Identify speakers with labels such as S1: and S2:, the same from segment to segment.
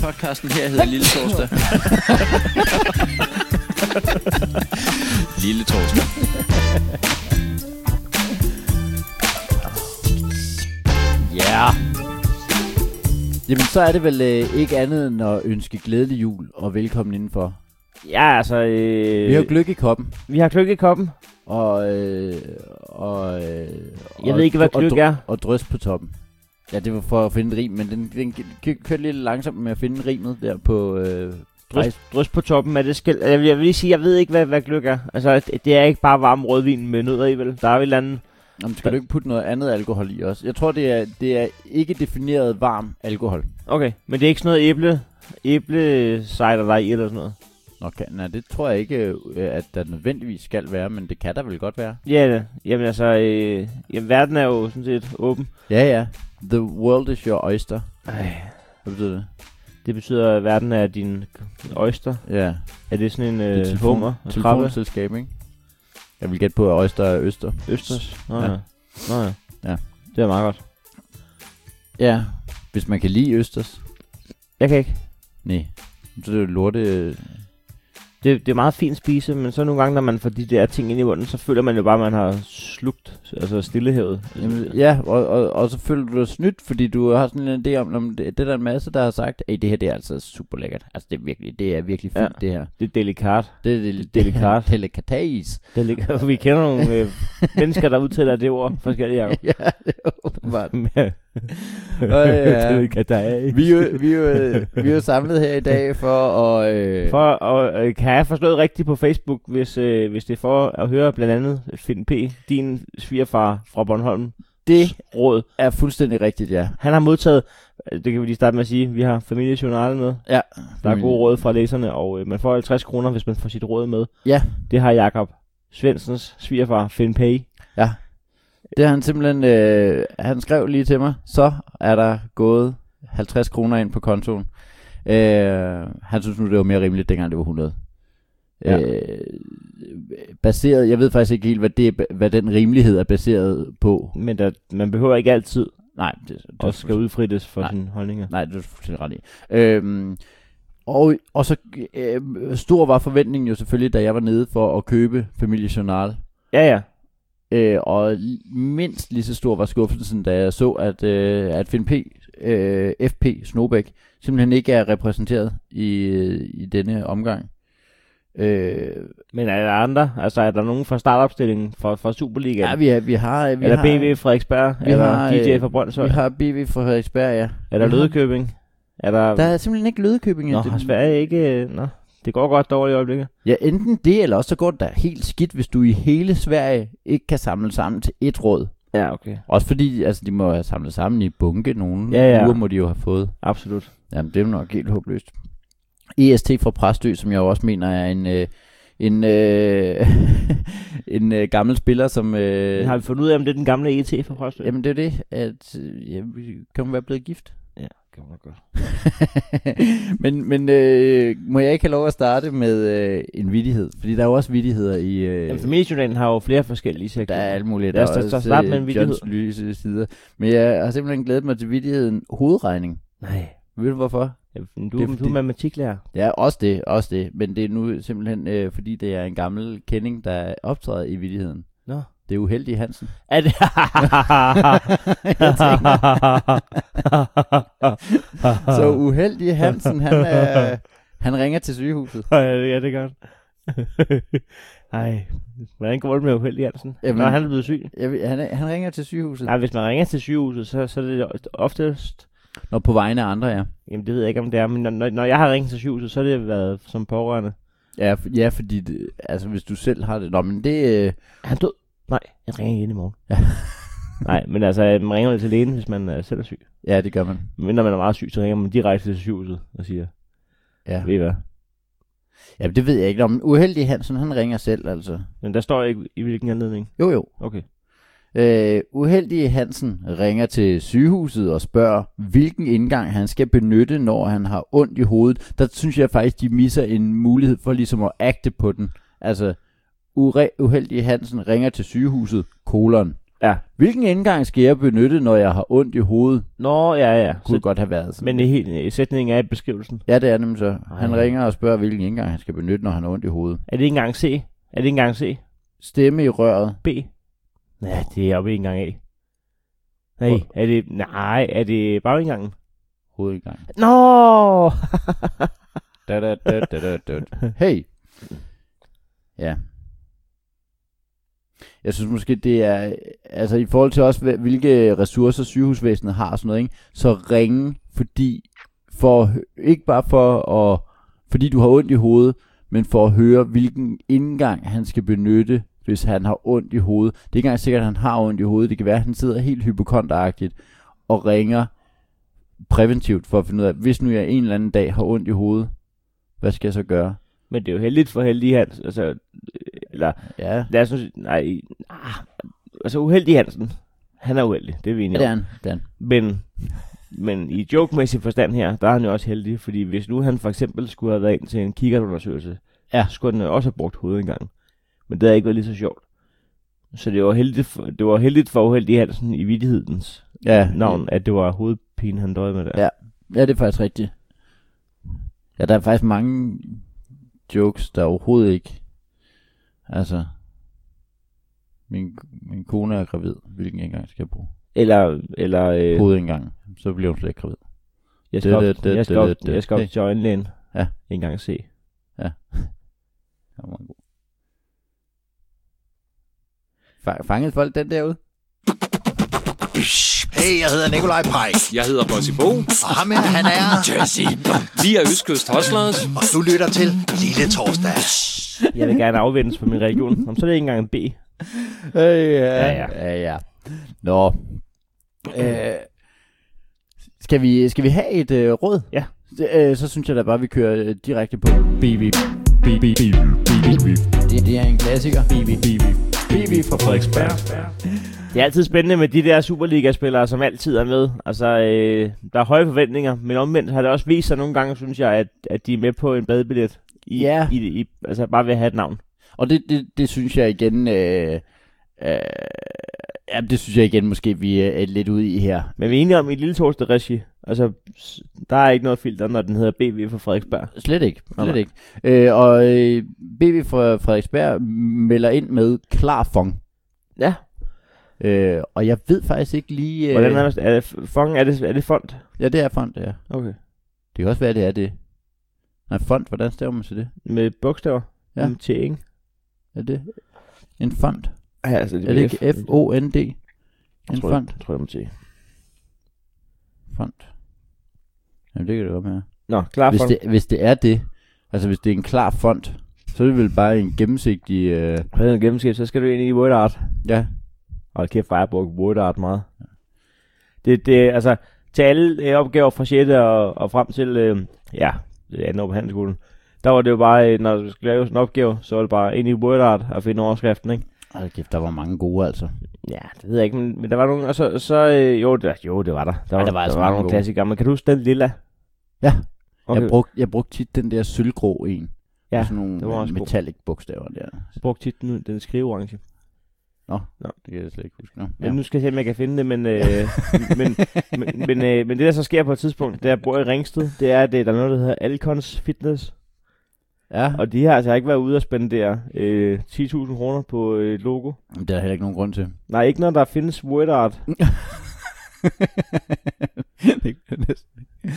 S1: podcasten her hedder Lille Torsdag. Lille Torsdag.
S2: Ja. Yeah. Jamen, så er det vel øh, ikke andet end at ønske glædelig jul og velkommen indenfor.
S3: Ja, altså... Øh,
S2: Vi har jo gløk i koppen,
S3: vi har gløk i koppen.
S2: og... Øh, og øh,
S3: Jeg
S2: og,
S3: ved ikke, hvad
S2: og,
S3: gløgg
S2: dr-
S3: er.
S2: Og drøs på toppen. Ja, det var for at finde et rim, men den, den k- kørte lidt langsomt med at finde rimet der på... Øh,
S3: Drys, drys på toppen af det skæld. Jeg vil, jeg vil lige sige, jeg ved ikke, hvad, hvad gløk er. Altså, det, det er ikke bare varm rødvin med nødder i, vel? Der er jo et eller andet...
S2: Jamen, skal du ikke putte noget andet alkohol i også? Jeg tror, det er, det er ikke defineret varm alkohol.
S3: Okay, men det er ikke sådan noget æble... Æblecider, der er i, eller sådan noget.
S2: Nå, kan, nej, det tror jeg ikke, øh, at der nødvendigvis skal være, men det kan der vel godt være.
S3: Ja, ja. Jamen altså, øh, jamen, verden er jo sådan set åben.
S2: Ja, ja. The world is your oyster.
S3: Ej.
S2: Hvad betyder det?
S3: Det betyder, at verden er din oyster.
S2: Ja,
S3: Er det sådan en øh,
S2: det er telefon-
S3: hummer? og Krabbe?
S2: telefonselskab, ikke? Jeg vil gætte på, at Øster er Øster.
S3: Østers? Nå
S2: Ja.
S3: ja. Nå ja.
S2: Ja.
S3: Det er meget godt.
S2: Ja, hvis man kan lide Østers.
S3: Jeg kan ikke.
S2: Nej, så er det jo lorte... øh,
S3: Det, det er meget fint spise, men så nogle gange, når man får de der ting ind i munden, så føler man jo bare, at man har slugt, altså stillehavet.
S2: Jamen, ja, og, og, og så føler du dig snydt, fordi du har sådan en idé om, om det, det er der en masse, der har sagt, at det her det er altså super lækkert. Altså, det er virkelig, det er virkelig fint, ja.
S3: Ja.
S2: det her.
S3: Det er delikat.
S2: Det er det,
S3: Delikat.
S2: Delikatis.
S3: Det ligger, vi kender nogle øh, mennesker, der udtaler det ord forskellige gange.
S2: ja, det er åbenbart. ja.
S3: Delikat, der er ikke.
S2: Vi er, jo, vi, er jo, øh, vi er jo samlet her i dag for at... Øh,
S3: For, og, øh, kan jeg have forstået rigtigt på Facebook, hvis, øh, hvis det er for at høre blandt andet Finn P., din svigerfar fra Bornholm,
S2: det
S3: råd.
S2: er fuldstændig rigtigt, ja.
S3: Han har modtaget, øh, det kan vi lige starte med at sige, vi har familiejournalet med.
S2: Ja.
S3: Der
S2: Mm.
S3: er gode råd fra læserne, og øh, man får 50 kroner, hvis man får sit råd med.
S2: Ja.
S3: Det har Jakob Svensens svigerfar, Finn P.
S2: Det har han simpelthen, øh, han skrev lige til mig, så er der gået 50 kroner ind på kontoen. Øh, han synes nu, det var mere rimeligt, dengang det var 100. Ja.
S3: Ja.
S2: Øh, baseret, jeg ved faktisk ikke helt, hvad, det, er- hvad den rimelighed er baseret på.
S3: Men der, man behøver ikke altid
S2: Nej, det, det
S3: at skal udfrittes for
S2: Nej.
S3: sine holdninger.
S2: Nej, det er du fuldstændig ret i. Øhm, og, og så øh, stor var forventningen jo selvfølgelig, da jeg var nede for at købe familiejournal.
S3: Ja, ja.
S2: Øh, og l- mindst lige så stor var skuffelsen, da jeg så, at, øh, at Finn P., øh, FP Snobæk simpelthen ikke er repræsenteret i, øh, i denne omgang. Øh,
S3: Men er der andre? Altså er der nogen fra startopstillingen fra, fra Superligaen?
S2: ja, vi, har, vi har... Vi
S3: er der
S2: har,
S3: BV fra Eksberg?
S2: vi
S3: Er der
S2: har,
S3: DJ
S2: øh,
S3: fra Brøndshøj?
S2: Vi har BV fra Frederiksberg, ja.
S3: Er der
S2: vi har-
S3: Lødekøbing? Er der...
S2: Der er simpelthen ikke Lødekøbing.
S3: Nå,
S2: Det-
S3: har Sverige ikke... øh, Nå, det går godt dårligt i øjeblikket.
S2: Ja, enten det, eller også så går det da helt skidt, hvis du i hele Sverige ikke kan samle sammen til et råd.
S3: Ja, okay.
S2: Også fordi, altså, de må have samlet sammen i bunke. Nogle
S3: Ja, ja.
S2: uger må de jo have fået.
S3: Absolut.
S2: Jamen, det er jo nok helt håbløst. EST fra Præstø, som jeg jo også mener er en... Øh, en, øh, en øh, gammel spiller, som... Øh,
S3: Øh, har vi fundet ud af, om det er den gamle ET fra Brøndshøj?
S2: Jamen, det er jo det, at øh, ja, vi kan hun være blevet gift.
S3: Ja, kan man godt.
S2: men men øh, må jeg ikke have lov at starte med øh, en vittighed? Fordi der er jo også vittigheder i... Øh,
S3: Jamen, familiejournalen har jo flere forskellige
S2: Der
S3: sektorer.
S2: er alt muligt.
S3: Lad os
S2: Der er
S3: da- så
S2: også,
S3: starte
S2: øh,
S3: med en vittighed.
S2: Johns lyse sider. Men jeg har simpelthen glædet mig til vittigheden hovedregning.
S3: Nej.
S2: Ved du hvorfor?
S3: Jamen, du,
S2: Det er
S3: det er, du
S2: fordi-
S3: er matematiklærer.
S2: Ja, også det, også det. Men det er nu simpelthen, øh, fordi det er en gammel kending, der optræder i vittigheden.
S3: Nå.
S2: Det er uheldig, Hansen.
S3: Er det...
S2: Jeg tænker, så uheldig Hansen, han, er, han ringer til sygehuset.
S3: ja, det- ja, det er godt. Ej, hvordan går det med uheldig, Hansen?
S2: Jamen-
S3: Jamen. Når han er blevet syg.
S2: Jeg ved- Han, han ringer til sygehuset.
S3: Nej, hvis man ringer til sygehuset, så, så er det oftest...
S2: Nå, på vegne af andre, ja.
S3: Jamen, det ved jeg ikke, om det er, men når- når, når jeg har ringet til sygehuset, så har det været som pårørende.
S2: Ja, f- ja fordi det, altså, hvis du selv har det. Nå, men det... Øh,
S3: Er han død? Nej, jeg ringer igen i morgen.
S2: Ja.
S3: Nej, men altså, man ringer jo til lægen, hvis man øh, selv er syg.
S2: ja, det gør man.
S3: Men når man er meget syg, så ringer man direkte til sygehuset og siger,
S2: Ja.
S3: ved I hvad?
S2: ja, det ved jeg ikke. Nå, men uheldig Hansen, han ringer selv, altså.
S3: Men der står ikke i hvilken anledning.
S2: Jo, jo.
S3: Okay.
S2: Øh, uheldige Hansen ringer til sygehuset og spørger, hvilken indgang han skal benytte, når han har ondt i hovedet. Der synes jeg faktisk, de misser en mulighed for ligesom at agte på den. Altså, ure- uheldige Hansen ringer til sygehuset, kolon.
S3: Ja.
S2: Hvilken indgang skal jeg benytte, når jeg har ondt i hovedet?
S3: Nå, ja, ja.
S2: Kunne så,
S3: Så,
S2: godt have været sådan.
S3: men i, helt, i sætningen er i beskrivelsen.
S2: Ja, det er nemlig så. Han
S3: Ej.
S2: ringer og spørger, hvilken indgang han skal benytte, når han har ondt i hovedet.
S3: Er det ikke engang C? Er det ikke engang C?
S2: Stemme i røret.
S3: B? Nej, det er oppe i engang A. Nej,
S2: Hvor-
S3: er det, nej, er det bare engangen?
S2: Hovedindgang.
S3: Nå!
S2: Da, da, da, da, da, da. Hey. Ja. Jeg synes måske, det er... Altså i forhold til også, hvil- hvilke ressourcer sygehusvæsenet har og sådan noget, ikke? så ringe, fordi... For, ikke bare for at... Fordi du har ondt i hovedet, men for at høre, hvilken indgang han skal benytte, hvis han har ondt i hovedet. Det er ikke engang sikkert, at han har ondt i hovedet. Det kan være, at han sidder helt hypokonteragtigt og ringer præventivt for at finde ud af, hvis nu jeg en eller anden dag har ondt i hovedet, hvad skal jeg så gøre?
S3: Men det er jo heldigt for heldig Hans. Altså, øh, eller,
S2: Ja,
S3: lad os nu sige, nej, ah, altså uheldig Hansen. Han er uheldig, det er vi enige
S2: ja
S3: om.
S2: det er han. Det er han.
S3: Men, men i joke-mæssig forstand her, der er han jo også heldig, fordi hvis nu han for eksempel skulle have været ind til en kikkertundersøgelse,
S2: Ja.
S3: så skulle han jo også have brugt hovedet engang. Men det havde ikke været lige så sjovt. Så det var heldigt for, det var heldigt for uheldig Hansen i vidighedens
S2: Ja,
S3: navn, at det var hovedpine, han døde med der.
S2: Ja. ja, det er faktisk rigtigt. Ja, der er faktisk mange jokes, der overhovedet ikke... Altså... Min, min kone er gravid. Hvilken indgang skal jeg bruge?
S3: Eller, eller øh,
S2: Hovedindgang. Så bliver hun slet ikke gravid.
S3: jeg skal op,
S2: det, det,
S3: jeg skal
S2: det,
S3: op,
S2: det,
S3: jeg skal op
S2: det.
S3: til øjenlægen.
S2: Ja.
S3: En gang se.
S2: Det var meget god. Fa- Fangede folk den derude?
S4: Hey, jeg hedder Nikolaj Pej,
S5: Jeg hedder Bossy Bo.
S4: og ham her, han er... Jesse.
S5: Vi er Østkyst Hustlers.
S4: Og du lytter til Lille Torsdag.
S3: Jeg vil gerne afvendes for min region. Jamen, så er det ikke engang en B.
S2: Øh, ja,
S3: Ja,
S2: ja, ja. Nå. Øh, skal, vi, skal vi have et øh, råd?
S3: Ja.
S2: Det, øh, så synes jeg da bare, vi kører øh, direkte på BB. BB. Det, det er en klassiker. BB. BB. BB fra Frederiksberg.
S3: Det er altid spændende med de der Superliga-spillere, som altid er med. Altså, øh, der er høje forventninger, men omvendt har det også vist sig nogle gange, synes jeg, at, at de er med på en badebillet. I,
S2: Ja.
S3: i, i, altså, bare ved at have et navn.
S2: Og det, det, det synes jeg igen... Øh, øh, ja, det synes jeg igen måske, vi er øh, lidt ude i her.
S3: Men vi er enige om i et lille torsdag regi. Altså, s- der er ikke noget filter, når den hedder BV for Frederiksberg.
S2: Slet ikke.
S3: Nå,
S2: Slet
S3: nej.
S2: ikke. Øh, og øh, BB fra Frederiksberg melder ind med klar fong.
S3: Ja.
S2: Øh, og jeg ved faktisk ikke lige... Øh,
S3: Hvordan er det? Er det, f- fong, er det, er det fond?
S2: Ja, det er fond, det er.
S3: Okay.
S2: Det kan også være, det er det. Nej, fond, hvordan staver man til det?
S3: Med bogstaver?
S2: Ja.
S3: Med T, ikke?
S2: Er det en fond?
S3: Ja, altså, det
S2: Er det ikke F-O-N-D? En
S3: tror, jeg-
S2: fond?
S3: tror jeg, må sige.
S2: Fond. Jamen, det kan det godt være.
S3: Nå, klar
S2: Hvis
S3: fond.
S2: det, hvis det er det, altså hvis det er en klar fond, så er det vel bare en gennemsigtig... Øh,
S3: Hvis det gennemskab, så skal du ind i WordArt.
S2: ja,
S3: Hold kæft, hvor jeg har brugt WordArt meget. Det, det, altså, til alle øh, opgaver fra 6. Og, og frem til, øh, ja, 2. år på handelsskolen, der var det jo bare, øh, når du skulle lave sådan en opgave, så var det bare ind i WordArt og finde overskriften, ikke?
S2: hold kæft, der var mange gode, altså.
S3: Ja, det ved jeg ikke, men, men der var nogen, og så, så øh, jo, der, jo, det var der. Der var,
S2: der var altså
S3: der var
S2: mange
S3: nogle
S2: gode.
S3: klassikere, men kan du huske den lilla?
S2: Ja. Okay.
S3: Okay.
S2: Jeg, brugte, jeg brugte tit den der sølvgrå en.
S3: Ja,
S2: Med sådan nogle øh,
S3: det var også god.
S2: metallic bogstaver der.
S3: Jeg brugte tit den, den skriveorange.
S2: Det kan jeg slet ikke huske. Nå,
S3: Men nu skal jeg se, om jeg kan finde det, men, øh, men, men, men, øh, men det, der så sker på et tidspunkt, der jeg bor i Ringsted, det er, at øh, der er noget, der hedder Alcons Fitness.
S2: ja.
S3: Og de har altså ikke været ude og spendere øh, 10.000 kroner på øh, et logo.
S2: Jamen, det er der heller ikke nogen grund til.
S3: Nej, ikke når der findes WordArt.
S2: det kan jeg næsten ikke.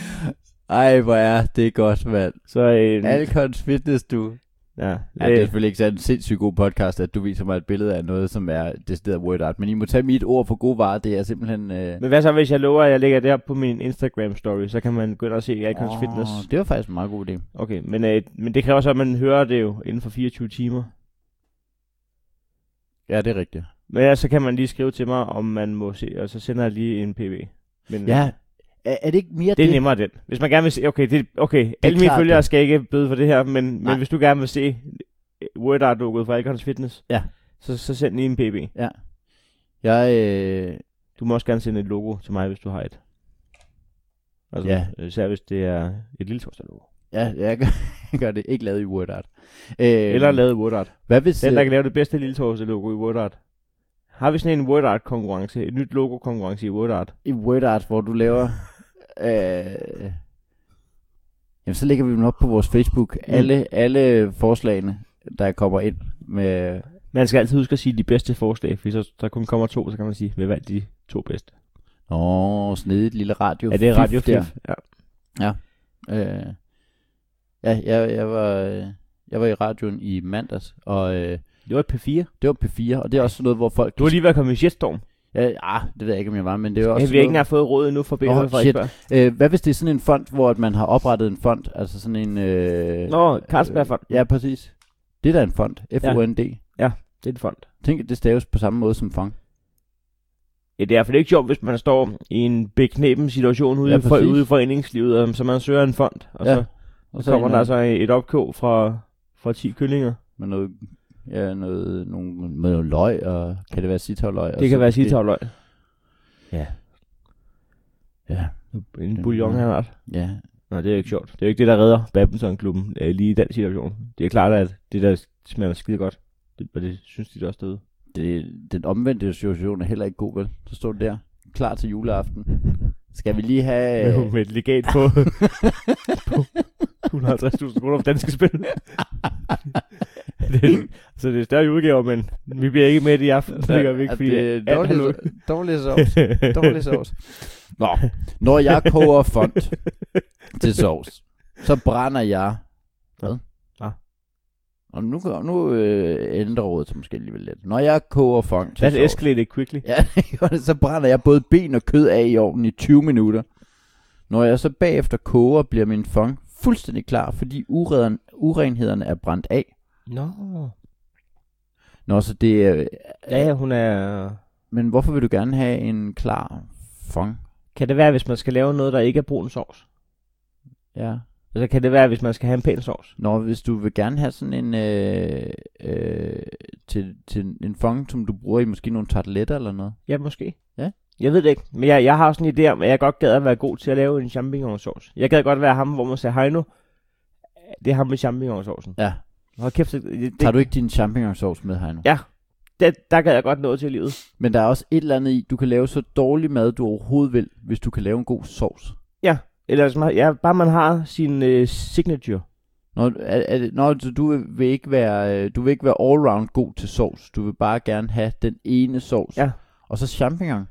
S2: Ej, hvor er det godt, mand.
S3: Så øh,
S2: Alkons Fitness, du.
S3: ja,
S2: Ja, det er
S3: øh,
S2: selvfølgelig ikke sådan en sindssygt god podcast, at du viser mig et billede af noget, som er decideret word art. Men I må tage mit ord for gode varer. Det er simpelthen... Øh...
S3: men hvad så, hvis jeg lover, at jeg lægger det op på min Instagram-story, så kan man gå ind og se Alcons oh. Fitness.
S2: Det var faktisk en meget god idé.
S3: Okay, men, øh, men det kræver så, at man hører det jo inden for 24 timer.
S2: Ja, det er rigtigt.
S3: Men ja, så kan man lige skrive til mig, om man må se, og så sender jeg lige en pb. Men,
S2: Ja, er, er det ikke mere
S3: Det er nemmere den. Hvis man gerne vil se, okay, det, okay det alle mine
S2: klart,
S3: følgere
S2: det.
S3: skal ikke bøde for det her, men,
S2: Nej.
S3: men hvis du gerne vil se øh, WordArt-logoet fra Alcons Fitness,
S2: Ja.
S3: så, så send lige en pb.
S2: Jeg, øh...
S3: Du må også gerne sende et logo til mig, hvis du har et. Altså,
S2: Ja.
S3: ja. især hvis det er et lille torsdag logo.
S2: Ja, jeg gør, jeg gør det. Ikke lavet i word art. Øh,
S3: Eller lavet i WordArt.
S2: Hvad hvis...
S3: Den,
S2: øh,
S3: der kan lave det bedste lille torsdag logo i WordArt, Har vi sådan en WordArt-konkurrence? Et nyt logo-konkurrence i WordArt?
S2: øh, i WordArt, hvor du laver... øh, jamen, så lægger vi dem op på vores Facebook.
S3: Mm.
S2: Alle, alle forslagene, der kommer ind med...
S3: Man skal altid huske at sige de bedste forslag, for så der kun kommer to, så kan man sige, hvem valgte de to bedste?
S2: Åh, snedigt lille radio.
S3: Ja, det er
S2: fif
S3: Radio
S2: der.
S3: Fif. Ja.
S2: Øh, ja, jeg, jeg, var, øh, jeg var i radioen i mandags, og øh,
S3: Det var et P4.
S2: det var P4, og det er også sådan noget, hvor folk...
S3: Du har lige været kommet i shitstorm.
S2: Ja, ah, det ved jeg ikke, om jeg var, men det er
S3: Ja,
S2: også...
S3: vi har
S2: sådan
S3: ikke engang fået råd endnu fra BH
S2: Åh,
S3: oh,
S2: shit.
S3: Frederiksberg.
S2: Øh, hvad hvis det er sådan en fond, hvor at man har oprettet en fond? Altså sådan en... Øh,
S3: Nå, Carlsberg Fond.
S2: Ja, præcis. Det er da en fond. F-O-N-D. Ja.
S3: Det er en fond.
S2: Tænk, at det staves på samme måde som fond.
S3: Ja, det er for det er ikke sjovt, hvis man står i en beknepen situation ude,
S2: Ja,
S3: ja, for,
S2: præcis.
S3: ude i foreningslivet, og så man søger en fond, og
S2: Ja,
S3: ja, så, og så
S2: en
S3: kommer
S2: anden
S3: der altså et opkog fra, fra 10 kyllinger.
S2: Med noget, ja, noget, nogle, med noget løg, og kan det være sitavløg?
S3: Det kan være sitavløg.
S2: Ja,
S3: En bouillon han har.
S2: ja.
S3: Nå, det er jo ikke sjovt. Det er jo ikke det, der redder badmintonklubben øh, lige i den situation. Det er klart, at det der smager skide godt. Det, og det synes de da også derude.
S2: Det, den omvendte situation er heller ikke god, vel? Så står det der, klar til juleaften. Skal vi lige have...
S3: Øh. Med et legat på, på 150.000 kroner for danske spil. det er, så det er større udgaver, men vi bliver ikke med det i aften. Det gør vi ikke,
S2: At
S3: fordi
S2: det er
S3: alt er
S2: dårlig,
S3: lukket.
S2: dårlig sovs. Dårlig sovs. Nå, når jeg koger fond til sovs, så brænder jeg... Hvad?
S3: Hvad?
S2: Og nu, nu øh, ændrer rådet måske alligevel lidt. Når jeg koger fond til
S3: That's
S2: sovs,
S3: escalated quickly.
S2: Ja, det gjorde det. så brænder jeg både ben og kød af i ovnen i 20 minutter. Når jeg så bagefter koger, bliver min fond fuldstændig klar, fordi urederen, urenhederne er brændt af.
S3: Nå.
S2: Nå, så det er...
S3: Ja, ja, hun er...
S2: Men hvorfor vil du gerne have en klar fond?
S3: Kan det være, hvis man skal lave noget, der ikke er brun sovs?
S2: Ja.
S3: Altså, kan det være, hvis man skal have en pæn sovs?
S2: Nå, hvis du vil gerne have sådan en... Øh, øh, til, til en fond, som du bruger i måske nogle tarteletter eller noget.
S3: Ja, måske.
S2: Ja.
S3: Jeg ved det ikke, men jeg, jeg har sådan en idé om, at jeg godt gad at være god til at lave en champignonsauce. Jeg gad godt være ham, hvor man siger, hej nu, det er ham med champignonsaucen.
S2: Ja.
S3: Hold kæft, det, det,
S2: Tager du ikke din champignonsauce med her nu?
S3: det, der gad jeg godt nå til i livet.
S2: Men der er også et eller andet i, du kan lave så dårlig mad, du overhovedet vil, hvis du kan lave en god sovs.
S3: Eller hvis man, ja, bare man har sin øh, signature.
S2: Nå, er, er det, nå, så du vil- vil ikke være øh, du vil ikke være allround god til sovs. Du vil bare gerne have den ene sovs.
S3: Ja.
S2: Og så champignon.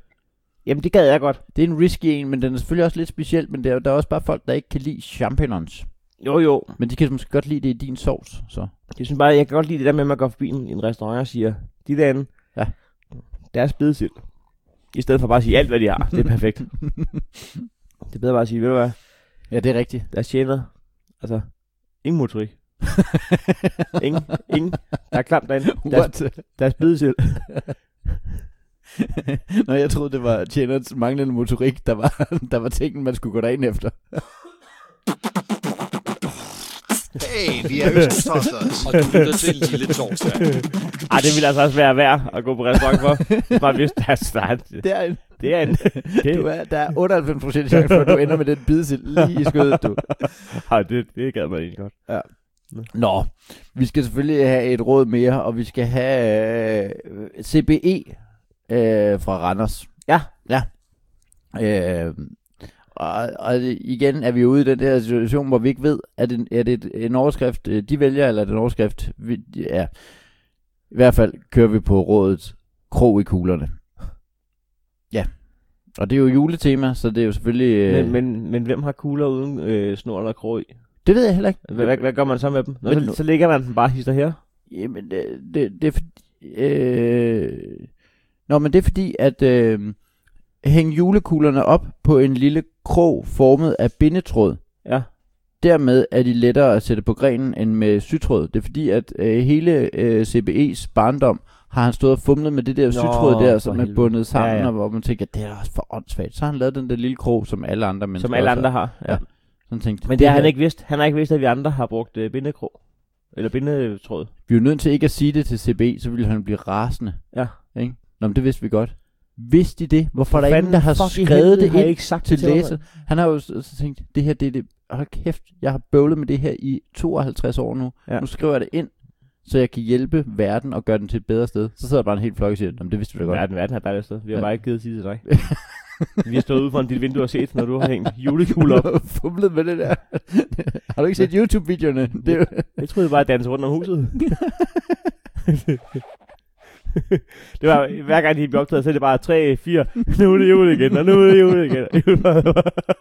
S3: Jamen, det gad jeg godt.
S2: Det er en risky en, men den er selvfølgelig også lidt speciel, men der, er jo- der er også bare folk, der ikke kan lide champignons.
S3: Jo, jo.
S2: Men de kan måske godt lide det i din sovs, så.
S3: Jeg synes bare, jeg kan godt lide det der med, at man går forbi en, en restaurant og siger, de derinde,
S2: Ja.
S3: deres bedesild. I stedet for bare at sige alt, hvad de har. Det er perfekt. det er bedre bare at sige, ved du hvad,
S2: Ja, det er rigtigt.
S3: der tjener, altså, ingen motorik. ingen, ingen. Der er klamt derinde. Deres,
S2: What?
S3: deres bedesild.
S2: Nå, jeg troede, det var tjenerens manglende motorik, der var, der var tingen, man skulle gå derind efter.
S4: Hey, vi er Østers Torsdags.
S5: Og du lytter til Lille Torsdag.
S3: Ej, det ville altså også være værd at gå på restaurant for. Bare hvis der er start.
S2: Det er en,
S3: Det er en... Det,
S2: du er, der er 98% chance for, at du ender med den bidsild lige i skødet, du.
S3: Ej, det, det gad man egentlig godt.
S2: Nå, vi skal selvfølgelig have et råd mere, og vi skal have øh, CBE øh, fra Randers.
S3: Ja.
S2: Ja. Øh, og, og igen er vi ude i den der situation, hvor vi ikke ved, er det, er det et- en overskrift, øh, de vælger, eller er det en overskrift, vi, ja. I hvert fald kører vi på rådet krog i kuglerne. Ja. Og det er jo juletema, så det er jo selvfølgelig... Øh,
S3: Men, men, men hvem har kugler uden øh, snor eller krog i?
S2: det ved jeg heller ikke.
S3: Hvad, hvad, hvad gør man så med dem? Nå,
S2: Men
S3: så,
S2: nu-
S3: så ligger man den bare hister her.
S2: Jamen, det, det, det er fordi, øh... Nå, men det er fordi, at øh, hænge julekuglerne op på en lille krog formet af bindetråd.
S3: Ja.
S2: Dermed er de lettere at sætte på grenen end med sytråd. Det er fordi, at øh, hele øh, CBE's barndom har han stået og fumlet med det der Nå, sytråd der,
S3: for
S2: som er
S3: helvede.
S2: bundet sammen, ja,
S3: Ja,
S2: ja.
S3: ja.
S2: og hvor man tænker, det er da også for åndssvagt. Så har han lavet den der lille krog, som alle andre mennesker
S3: Som alle
S2: også
S3: andre
S2: har.
S3: har.
S2: Ja.
S3: Ja.
S2: Sådan tænkte,
S3: Men det, har han ikke vidst. Han har ikke vidst, at vi andre har brugt øh, bindekrog. Eller bindetråd.
S2: Vi er jo nødt til ikke at sige det til CB, så ville han blive rasende.
S3: Ja.
S2: Ikke? Nå, men det vidste vi godt. Vidste de det? Hvorfor er der ingen,
S3: Fanden,
S2: der har
S3: fuck i
S2: skrevet
S3: helvede,
S2: det
S3: har jeg
S2: ind
S3: ikke sagt
S2: til
S3: det mig,
S2: læser?
S3: mand?
S2: Han har jo så, så tænkt, det her det er det. Hold kæft, jeg har bøvlet med det her i 52 år nu. Ja.
S3: Ja.
S2: Nu skriver jeg det ind. så jeg kan hjælpe verden og gøre den til et bedre sted. Så sidder der bare en helt flok og siger, "Nå, men det vidste du da godt.
S3: Verden, verden er et dejligt sted. Vi har
S2: Ja.
S3: bare ikke givet at sige til dig. Vi har stået ude foran dit vindue og set, når du har hængt julekugler op.
S2: har fumlet med det der. har du ikke set YouTube-videoerne? Det er jo...
S3: Jeg troede bare, at danse rundt om huset. det var, hver gang de blev optaget, så er det bare 3, 4, nu er det jul igen, og nu er det jul igen.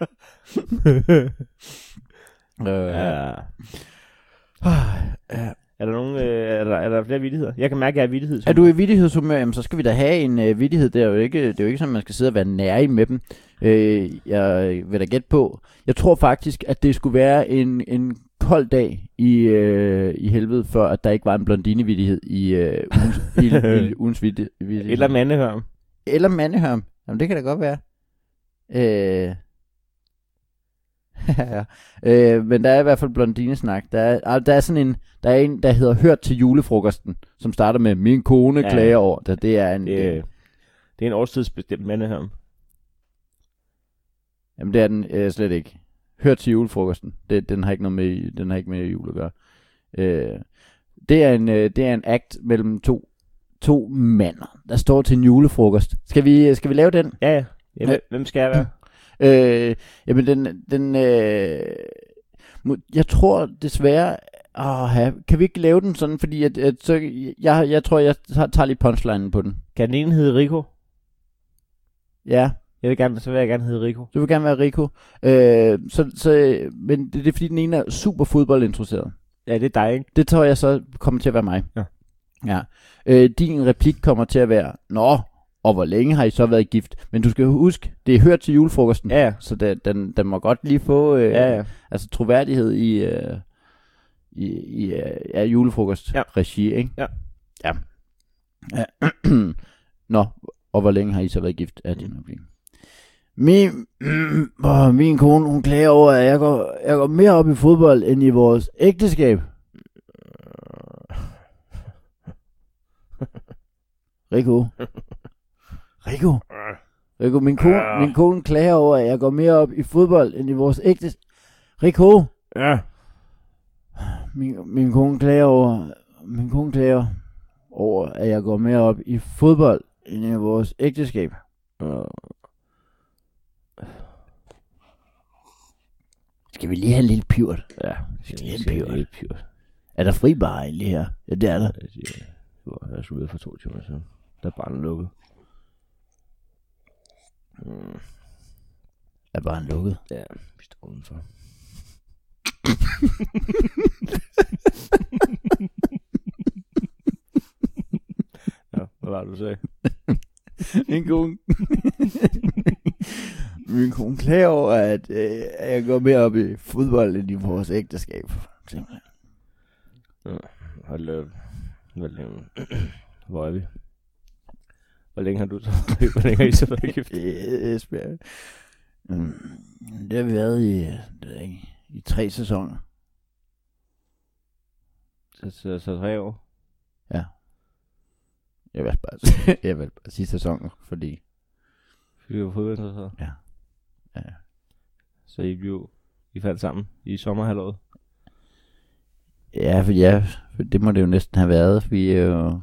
S2: øh, ja.
S3: ja. Er der, nogen, øh, er, der, er der flere vittigheder? Jeg kan mærke, at jeg er vittighed.
S2: Er du i vidtighedshumør, jamen, så skal vi da have en øh, vittighed. Det er jo ikke, det er jo ikke sådan, man skal sidde og være nærig med dem. Øh, jeg vil da gætte på. Jeg tror faktisk, at det skulle være en, en kold dag i, øh, i helvede, for at der ikke var en blondinevittighed i, øh, ugens, i, i, ugens vitti- vittighed.
S3: Eller mandehørm.
S2: Eller mandehørm. Jamen, det kan da godt være. Øh... ja. øh, men der er i hvert fald blondinesnak. Der er, ah, der er sådan en, der er en, der hedder Hørt til julefrokosten, som starter med, min kone
S3: Ja.
S2: ja. klager over det. Det er en, øh,
S3: Det,
S2: det,
S3: er- Øh, det er en årstidsbestemt mandehørm.
S2: jamen, det er den øh, slet ikke. Hørt til julefrokosten. Det, den har ikke noget med, den har ikke med jul at gøre. Øh, det er en, øh, det er en akt mellem to, to mander, der står til en julefrokost. Skal vi, øh, skal vi lave den?
S3: Ja, ja. Jamen,
S2: Ja.
S3: Hvem skal jeg være?
S2: Øh, jamen, den... den øh, mu- jeg tror desværre... Åh, kan vi ikke lave den sådan, fordi at, at så, jeg, jeg tror, jeg tager, tager lige punchlinen på den.
S3: Kan den ene hedde Rico?
S2: Ja,
S3: Jeg vil gerne, så vil jeg gerne hedde Rico.
S2: du vil gerne være Rico. Øh, så, så, øh, men det, det er fordi, den ene er super fodboldinteresseret.
S3: Ja, det er dig, ikke?
S2: Det tror jeg så kommer til at være mig.
S3: Ja.
S2: ja. Øh, din replik kommer til at være, Nå, og hvor længe har I så været gift? Men du skal huske, det er hørt til julefrokosten.
S3: Ja, ja.
S2: Så den, den, den må godt lige få... Øh,
S3: Ja, ja.
S2: Altså troværdighed i, øh, i, i øh, ja,
S3: Ja.
S2: julefrokostregi, ikke?
S3: Ja.
S2: ja. ja. Nå, og hvor længe har I så været gift af din oplevel? Min, mm, åh, min kone, hun klager over, at jeg går, jeg går mere op i fodbold end i vores ægteskab. Rico. Rico.
S3: Øh.
S2: Rico, min kone, min kone klager over, at jeg går mere op i fodbold end i vores ægte... Rico,
S3: Ja.
S2: min, min kone klager over... Min kone klager over, at jeg går mere op i fodbold end i vores ægteskab. Øh. Skal vi lige have en lille pivot?
S3: Ja.
S2: Skal lige have en pivot?
S3: pivot.
S2: Er der fri bar egentlig her? Ja, det er der.
S3: Det var jeg skulle for to timer siden. Der er barnet lukket. Mm,
S2: Er bare lukket.
S3: ja, vi står udenfor. ja, hvad var det, du sagde?
S2: Min kone. Min kone klager over, at øh, at jeg går mere op i fodbold end i vores ægteskab. Simpelthen.
S3: Hold op. Hvor længe... Hvor er vi? Hvor længe har du så Hvor længe har I så været gift?
S2: Øh, Esbjerg. Mm, det har vi været i, øh, det ved jeg ikke, i tre sæsoner.
S3: Så, så, så tre år.
S2: Jeg vil bare, jeg vil bare sige sæsoner, fordi...
S3: Vi var fodboldinteresseret.
S2: Ja. Ja.
S3: Så I blev... I faldt sammen i sommerhalvåret.
S2: Ja, for ja, for det må det jo næsten have været. Vi er jo...